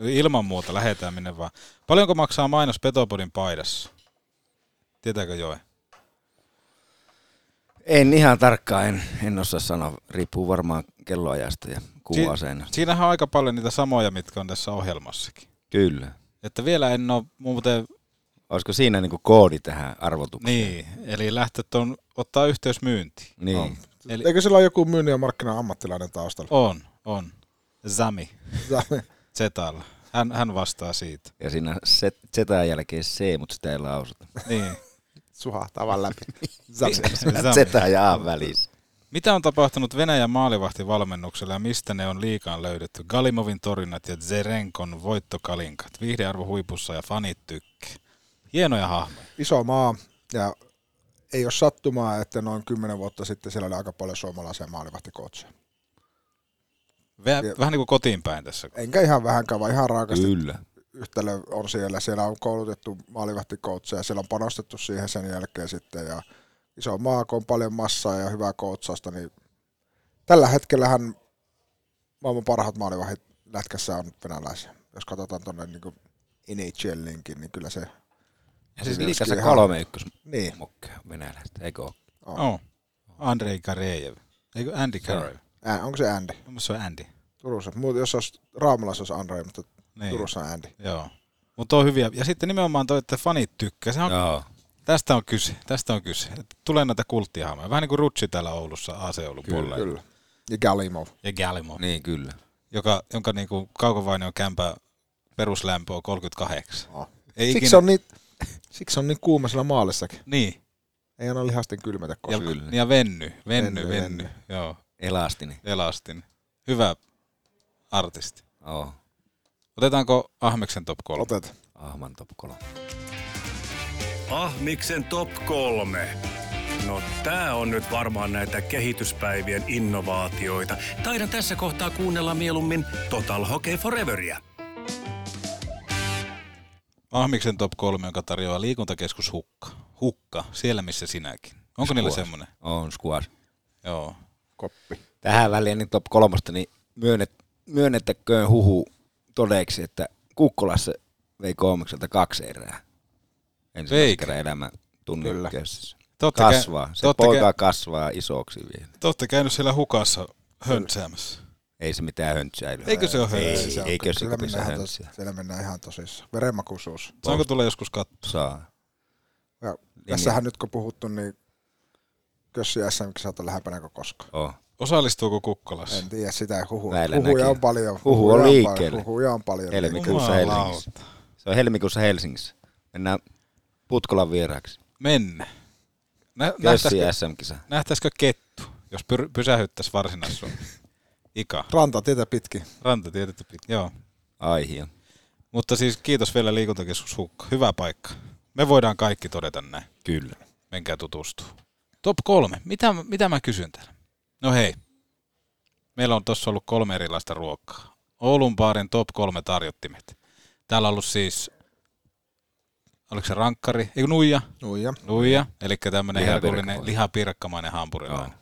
Speaker 6: Ilman muuta, lähetään minne vaan. Paljonko maksaa mainos Petopodin paidassa? Tietääkö Joe?
Speaker 8: En ihan tarkkaan, en, en osaa sanoa. Riippuu varmaan kelloajasta ja kuva-aseena.
Speaker 6: Si- siinähän on aika paljon niitä samoja, mitkä on tässä ohjelmassakin.
Speaker 8: Kyllä.
Speaker 6: Että vielä en ole muuten...
Speaker 8: Olisiko siinä niinku koodi tähän arvotukseen?
Speaker 6: Niin, eli lähtöt on ottaa yhteys myyntiin.
Speaker 8: Niin.
Speaker 6: On. Eli
Speaker 7: Eikö sillä ole joku myynnin ja markkinan ammattilainen
Speaker 8: (laughs)
Speaker 7: taustalla?
Speaker 6: on, on. Zami.
Speaker 7: Zami.
Speaker 6: Zetalla. Hän, hän vastaa siitä.
Speaker 8: Ja siinä Z- Zetan jälkeen C, mutta sitä ei lausuta.
Speaker 6: Niin.
Speaker 7: Suhahtaa vaan läpi.
Speaker 8: Zeta ja A välissä.
Speaker 6: Mitä on tapahtunut Venäjän maalivahtivalmennuksella ja mistä ne on liikaan löydetty? Galimovin torinat ja Zerenkon voittokalinkat. Viihdearvo huipussa ja fanit tykkää. Hienoja hahmoja.
Speaker 7: Iso maa ja ei ole sattumaa, että noin kymmenen vuotta sitten siellä oli aika paljon suomalaisia maalivahtikoutseja.
Speaker 6: Väh, vähän niin kuin kotiin päin tässä.
Speaker 7: Enkä ihan vähänkään, vaan ihan raakasti
Speaker 8: Kyllä.
Speaker 7: yhtälö on siellä. Siellä on koulutettu maalivahtikoutseja, siellä on panostettu siihen sen jälkeen sitten. Ja iso maa, kun on paljon massaa ja hyvää koutsausta, niin tällä hetkellähän maailman parhaat maalivahdit lätkässä on venäläisiä. Jos katsotaan tuonne niin NHLinkin, niin kyllä se...
Speaker 8: Ja siis
Speaker 7: Sibirski
Speaker 8: liikassa
Speaker 7: ihan-
Speaker 8: kolme ykkös
Speaker 7: Niin.
Speaker 8: mokkeja venäläistä, eikö ole?
Speaker 6: Oh. Andrei Karejev. Eikö Andy Karejev?
Speaker 7: Ä, onko se Andy?
Speaker 6: No, Se on Andy.
Speaker 7: Turussa. Muuten jos olisi Raamalla, se olisi Andre, mutta
Speaker 6: Niin.
Speaker 7: Turussa on Andy.
Speaker 6: Joo. Mutta on hyviä. Ja sitten nimenomaan toi, että fanit tykkää. Se on,
Speaker 8: Joo.
Speaker 6: Tästä on kyse. Tästä on kyse. Et Tulee näitä kulttihahmoja. Vähän niin kuin Rutsi täällä Oulussa, AC Oulun puolella.
Speaker 7: kyllä. Ja Galimov.
Speaker 6: Ja Galimo,
Speaker 8: Niin, kyllä.
Speaker 6: joka, jonka niin kuin kaukovainion kämpä peruslämpö on 38.
Speaker 7: Oh.
Speaker 6: Ei
Speaker 7: Siksi on, niin, siksi on niin kuuma siellä maalissakin.
Speaker 6: Niin.
Speaker 7: Ei anna lihasten kylmätä
Speaker 6: Ja,
Speaker 7: koskaan.
Speaker 6: ja venny, venny,
Speaker 7: Venny,
Speaker 6: venny,
Speaker 7: venny.
Speaker 6: venny. Joo.
Speaker 8: Elastinen.
Speaker 6: Elastinen. Hyvä artisti.
Speaker 8: Joo.
Speaker 6: Otetaanko Ahmeksen top 3?
Speaker 7: Otetaan.
Speaker 8: Ahman top 3.
Speaker 14: Ahmiksen Ah, top kolme. No tää on nyt varmaan näitä kehityspäivien innovaatioita. Taidan tässä kohtaa kuunnella mieluummin Total Hockey Foreveria.
Speaker 6: Ahmiksen top 3, joka tarjoaa liikuntakeskus Hukka. Hukka, siellä missä sinäkin. Onko niillä
Speaker 8: Squash.
Speaker 6: semmoinen?
Speaker 8: On squash.
Speaker 6: Joo.
Speaker 7: Koppi.
Speaker 8: Tähän väliin niin top kolmosta, niin myönnet, myönnettäköön huhu todeksi, että Kukkolassa vei koomikselta kaksi erää. Ensimmäisen
Speaker 6: Veikö?
Speaker 8: kerran elämä tunnin
Speaker 6: Kyllä.
Speaker 8: ykkösessä.
Speaker 6: Te olette kä-
Speaker 8: Kasvaa. Se
Speaker 6: te olette
Speaker 8: poika
Speaker 6: kä-
Speaker 8: kasvaa isoksi vielä.
Speaker 6: Te olette käynyt siellä hukassa höntsäämässä.
Speaker 8: Ei se mitään höntsäilyä.
Speaker 6: Eikö se ole
Speaker 8: Ei,
Speaker 6: höntsäilyä?
Speaker 8: Ei, eikö se
Speaker 7: siellä,
Speaker 8: ole
Speaker 7: mennään
Speaker 8: mitään
Speaker 7: ihan,
Speaker 8: höntsäilyä.
Speaker 7: tos, siellä mennään ihan tosissaan. Verenmakuisuus.
Speaker 6: Saanko tulla joskus katsoa?
Speaker 8: Saa.
Speaker 7: Ja
Speaker 8: Linja.
Speaker 7: tässähän nyt kun puhuttu, niin Kössi SM-kisat on lähempänä kuin koskaan.
Speaker 8: Oh.
Speaker 6: Osallistuuko Kukkolassa?
Speaker 7: En tiedä sitä, huhu,
Speaker 8: Väillä
Speaker 7: huhuja
Speaker 8: näkee.
Speaker 7: on paljon.
Speaker 8: Huhu
Speaker 7: huhuja
Speaker 8: on
Speaker 7: paljon,
Speaker 8: liikkeellä.
Speaker 7: Huhuja on paljon.
Speaker 8: Helmikuussa
Speaker 6: Jumalauta.
Speaker 8: Helsingissä. Se on helmikuussa Helsingissä. Mennään Putkolan vieraaksi.
Speaker 6: Mennä. Nä,
Speaker 8: Kössi
Speaker 6: nähtäisikö-
Speaker 8: SM-kisa.
Speaker 6: Nähtäisikö kettu, jos pyr- pysähyttäisi varsinais Ika.
Speaker 7: Ranta tietä pitkin.
Speaker 6: Ranta tietysti pitkin, joo.
Speaker 8: Aihio.
Speaker 6: Mutta siis kiitos vielä liikuntakeskus Hukka. Hyvä paikka. Me voidaan kaikki todeta näin.
Speaker 8: Kyllä.
Speaker 6: Menkää tutustuu. Top kolme. Mitä, mitä mä kysyn täällä? No hei. Meillä on tossa ollut kolme erilaista ruokaa. Oulun baarin top kolme tarjottimet. Täällä on ollut siis, oliko se rankkari? Ei, kun nuija.
Speaker 7: Nuija.
Speaker 6: Nuija, eli tämmöinen
Speaker 8: Lihapiirakka-
Speaker 6: herkullinen lihapiirakkamainen hampurilainen.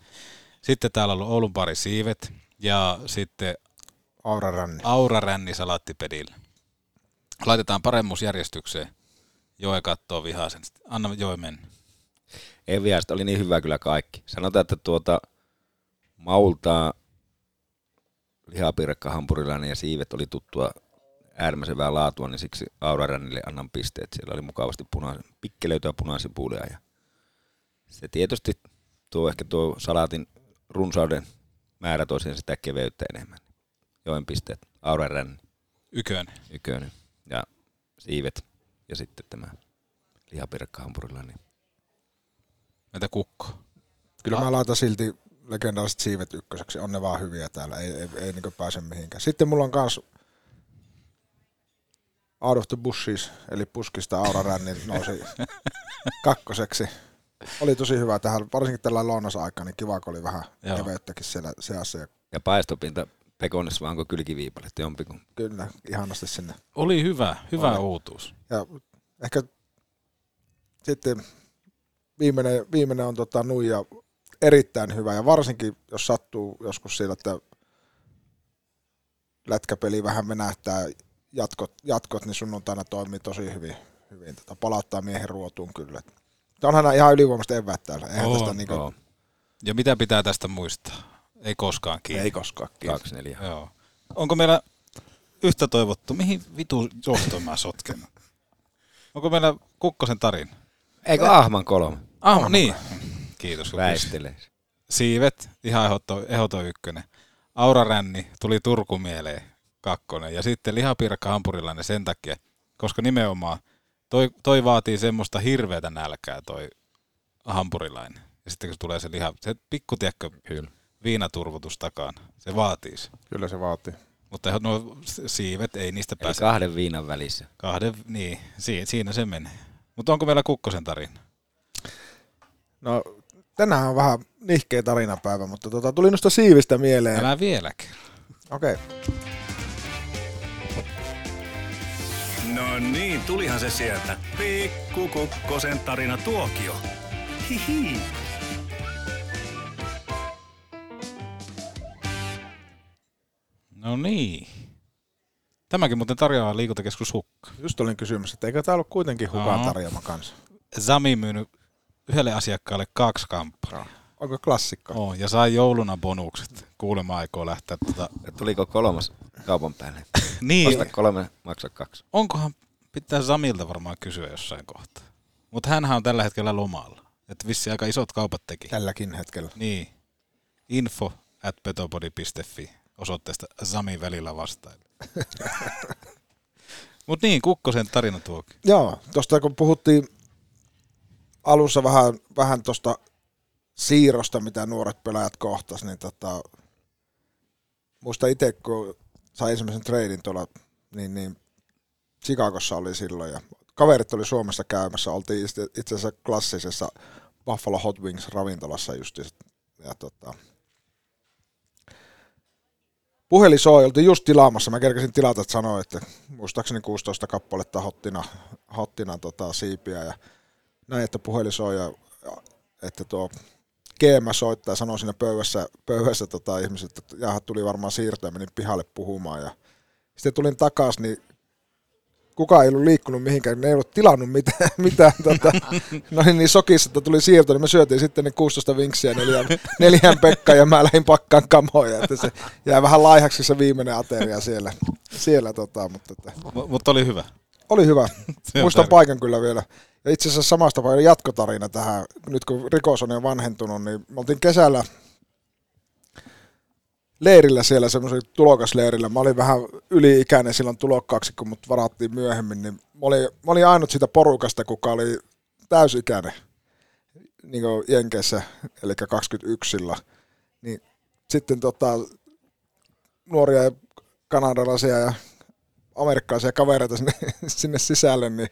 Speaker 6: Sitten täällä on ollut Oulun pari siivet ja sitten
Speaker 7: Auraränni.
Speaker 6: auraränni salaattipedillä. Laitetaan paremmuusjärjestykseen. Joe kattoo vihaisen. Sitten Anna Joe mennä.
Speaker 8: Ei vielä, sitä oli niin hyvä kyllä kaikki. Sanotaan, että tuota maultaa lihapiirakka hampurilainen ja siivet oli tuttua äärimmäisen hyvää laatua, niin siksi Aurarännille annan pisteet. Siellä oli mukavasti puna, pikkelöityä punaisipulia ja se tietysti tuo ehkä tuo salaatin runsauden määrä toiseen sitä keveyttä enemmän. Joen pisteet, Auraränni,
Speaker 6: Ykönen.
Speaker 8: Ykönen ja siivet ja sitten tämä lihapiirakka hampurilainen.
Speaker 6: Entä kukko?
Speaker 7: Kyllä mä laitan silti legendaariset siivet ykköseksi. On ne vaan hyviä täällä. Ei, ei, ei niin pääse mihinkään. Sitten mulla on kans Out of the Bushes, eli puskista auraränni nousi kakkoseksi. Oli tosi hyvä tähän, varsinkin tällä lounasaikaan, niin kiva, kun oli vähän
Speaker 8: Joo.
Speaker 7: keveyttäkin siellä seassa. Ja
Speaker 8: Ja paistopinta Pekones vai onko kylkiviipaletta jompikun?
Speaker 7: Kyllä, ihanasti sinne.
Speaker 6: Oli hyvä, hyvä
Speaker 7: Oli.
Speaker 6: uutuus.
Speaker 7: Ja ehkä sitten viimeinen, viimeinen on tota, nuija erittäin hyvä ja varsinkin jos sattuu joskus sillä, että lätkäpeli vähän venähtää jatkot, jatkot niin sunnuntaina toimii tosi hyvin. hyvin tota, palauttaa miehen ruotuun kyllä. Tämä onhan nää ihan ylivoimasta eväät täällä. Eihän tästä
Speaker 6: On,
Speaker 7: niin
Speaker 6: on. Ja mitä pitää tästä muistaa? Ei koskaan kiinni. Ei koskaan kiinni.
Speaker 8: 24.
Speaker 6: Joo. Onko meillä yhtä toivottu? Mihin vitu johtoon mä sotken? Onko meillä Kukkosen tarina?
Speaker 8: Eikö Ahman kolme?
Speaker 6: Ahma, niin. Kiitos. kun
Speaker 8: Väistelee.
Speaker 6: kysyit. Siivet, ihan ehdoton, ehdoton ykkönen. Aura Ränni tuli Turku mieleen, kakkonen. Ja sitten lihapiirakka hampurilainen sen takia, koska nimenomaan toi, toi vaatii semmoista hirveätä nälkää toi hampurilainen. Ja sitten kun tulee se liha, se pikku tiedätkö, viinaturvotus takana, se vaatii se.
Speaker 7: Kyllä se vaatii.
Speaker 6: Mutta ehdot- nuo siivet, ei niistä
Speaker 8: Eli
Speaker 6: pääse.
Speaker 8: kahden viinan välissä.
Speaker 6: Kahden, niin, siinä, siinä se menee. Mutta onko meillä Kukkosen tarina?
Speaker 7: No, tänään on vähän nihkeä tarinapäivä, mutta tota, tuli noista siivistä mieleen.
Speaker 6: Älä vieläkin.
Speaker 7: Okei.
Speaker 14: No niin, tulihan se sieltä. Pikku Kukkosen tarina tuokio. Hihi.
Speaker 6: No niin. Tämäkin muuten tarjoaa liikuntakeskus Hukka.
Speaker 7: Just olin kysymässä, että eikö tämä ollut kuitenkin hukaan tarjoama kanssa?
Speaker 6: Sami myynyt yhdelle asiakkaalle kaksi kamppaa.
Speaker 7: Onko klassikko?
Speaker 6: On, ja sai jouluna bonukset. Kuulemma aikoo lähteä tuota...
Speaker 8: Tuliko kolmas kaupan (laughs) päälle?
Speaker 6: Niin.
Speaker 8: Osta kolme, maksa kaksi.
Speaker 6: Onkohan, pitää Samilta varmaan kysyä jossain kohtaa. Mutta hänhän on tällä hetkellä lomalla. Että vissi aika isot kaupat teki.
Speaker 7: Tälläkin hetkellä.
Speaker 6: Niin. Info at petopodi.fi osoitteesta Sami välillä vastaille. Mutta niin, Kukkosen tarina tuokin.
Speaker 7: Joo, tuosta kun puhuttiin alussa vähän, vähän tuosta siirrosta, mitä nuoret pelaajat kohtas, niin tota, muista itse, kun sai ensimmäisen treidin tuolla, niin, niin Chicagossa oli silloin ja kaverit oli Suomessa käymässä, oltiin itse itse asiassa klassisessa Buffalo Hot Wings ravintolassa justiinsa. Ja tota, puhelin soi, oltiin just tilaamassa. Mä kerkesin tilata, että sanoin, että muistaakseni 16 kappaletta hottina, hottina tota, siipiä ja näin, että puhelin soi ja, ja että tuo GM soittaa ja sanoi siinä pöydässä, pöydässä tota, ihmiset, että jaha, tuli varmaan siirtoja, menin pihalle puhumaan ja sitten tulin takaisin, niin kukaan ei ollut liikkunut mihinkään, ne ei ollut tilannut mitään, (laughs) mitään tota, ne oli niin sokissa, että tuli siirto, niin me syötiin sitten ne 16 vinksiä neljän, neljän Pekka ja mä lähdin pakkaan kamoja, että se jäi vähän laihaksi se viimeinen ateria siellä, siellä tota, mutta että,
Speaker 6: M- mutta oli hyvä.
Speaker 7: oli hyvä.
Speaker 6: (laughs) Se on
Speaker 7: Muistan
Speaker 6: tärkeä.
Speaker 7: paikan kyllä vielä. Ja itse asiassa samasta tapaa jatkotarina tähän, nyt kun rikos on jo vanhentunut, niin me oltiin kesällä leirillä siellä, semmoisen tulokasleirillä. Mä olin vähän yli-ikäinen silloin tulokkaaksi, kun mut varattiin myöhemmin, niin mä olin, mä olin ainut siitä porukasta, kuka oli täysikäinen niin Jenkeissä, eli 21 sillä. Niin sitten tota, nuoria ja kanadalaisia ja amerikkalaisia kavereita sinne, (laughs) sinne sisälle, niin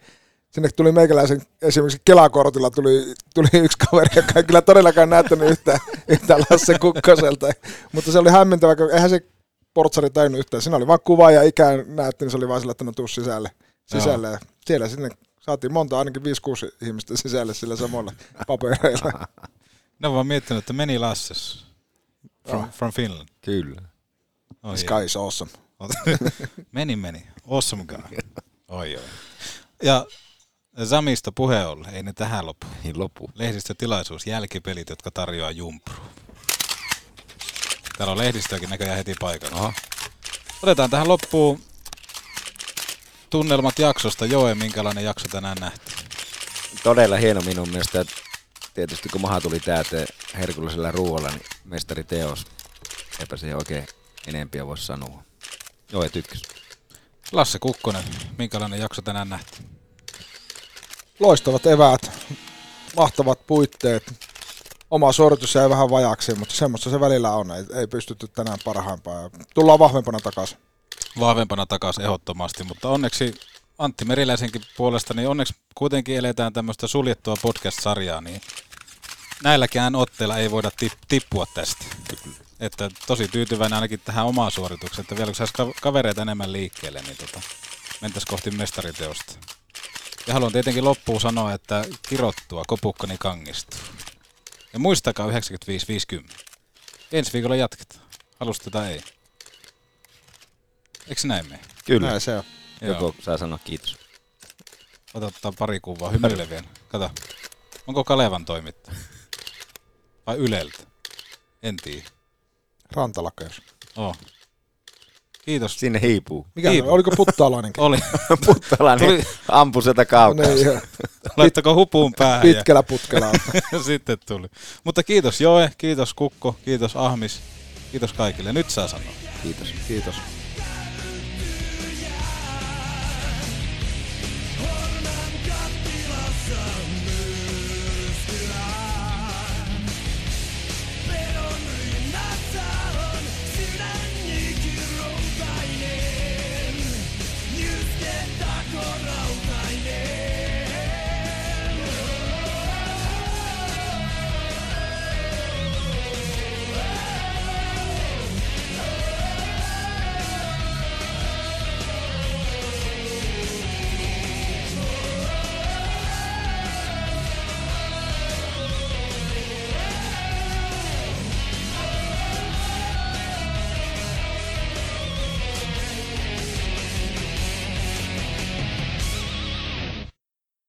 Speaker 7: sinne tuli meikäläisen esimerkiksi Kelakortilla tuli, tuli yksi kaveri, joka ei kyllä todellakaan näyttänyt yhtään, yhtään Lasse Kukkoselta. Mutta se oli hämmentävä, kun eihän se portsari tajunnut yhtään. Siinä oli vaan kuva ja ikään näytti, niin se oli vaan sillä, että no tuu sisälle. sisälle. Ja siellä sinne saatiin monta, ainakin 5-6 ihmistä sisälle sillä samalla papereilla.
Speaker 6: Ne on vaan miettinyt, että meni Lasses. From,
Speaker 7: Joo. Siis
Speaker 6: from Finland. No niin.
Speaker 8: Kyllä.
Speaker 6: Oi,
Speaker 7: Sky is awesome.
Speaker 6: meni, meni. Awesome guy. Oi, oi. Ja Samista puhe ollen, ei ne tähän lopu.
Speaker 8: Ei Niin lopu.
Speaker 6: Lehdistötilaisuus, jälkipelit, jotka tarjoaa Jumpru. Täällä on lehdistöäkin näköjään heti paikalla. Aha. Otetaan tähän loppuun tunnelmat jaksosta. Joe, minkälainen jakso tänään nähtiin?
Speaker 8: Todella hieno minun mielestä. Tietysti kun maha tuli täyteen herkullisella ruoalla, niin mestari teos. Eipä siihen oikein enempiä voi sanoa. Joo, tykkäs.
Speaker 6: Lasse Kukkonen, minkälainen jakso tänään nähtiin?
Speaker 7: Loistavat eväät, mahtavat puitteet. Oma suoritus jäi vähän vajaksi, mutta semmoista se välillä on. Ei, ei pystytty tänään parhaimpaan. ja Tullaan vahvempana takaisin.
Speaker 6: vahvempana takaisin ehdottomasti, mutta onneksi Antti Meriläisenkin puolesta, niin onneksi kuitenkin eletään tämmöistä suljettua podcast-sarjaa, niin näilläkään otteilla ei voida tip, tippua tästä. Että tosi tyytyväinen ainakin tähän omaan suoritukseen, että vielä kun saisi ka- kavereita enemmän liikkeelle, niin tota, mentäisiin kohti mestariteosta. Ja haluan tietenkin loppuun sanoa, että kirottua kopukkani kangistuu. Ja muistakaa 95-50. Ensi viikolla jatketaan. Halusta tai ei. Eikö näin mene?
Speaker 8: Kyllä.
Speaker 6: Näin
Speaker 7: se on.
Speaker 8: Joku saa sanoa kiitos.
Speaker 6: Otetaan pari kuvaa. Hymyile vielä. Kato. Onko Kalevan toimittaja? Vai Yleltä? En tiedä.
Speaker 7: Rantalakka jos.
Speaker 6: Oo. Kiitos.
Speaker 8: Sinne (laughs) hiipuu.
Speaker 7: Mikä
Speaker 6: Hiipuu.
Speaker 7: oliko
Speaker 6: (laughs)
Speaker 7: puttaalainenkin?
Speaker 6: Oli.
Speaker 8: Puttalainen
Speaker 6: Tuli-
Speaker 8: ampui niin sieltä kaukaa.
Speaker 7: No niin, joo.
Speaker 6: Laittako hupuun päähän? ja-
Speaker 7: Pitkällä putkella.
Speaker 6: (laughs) Sitten tuli. Mutta kiitos Joe, kiitos Kukko, kiitos Ahmis, kiitos kaikille. Nyt saa sanoa.
Speaker 8: Kiitos.
Speaker 7: Kiitos.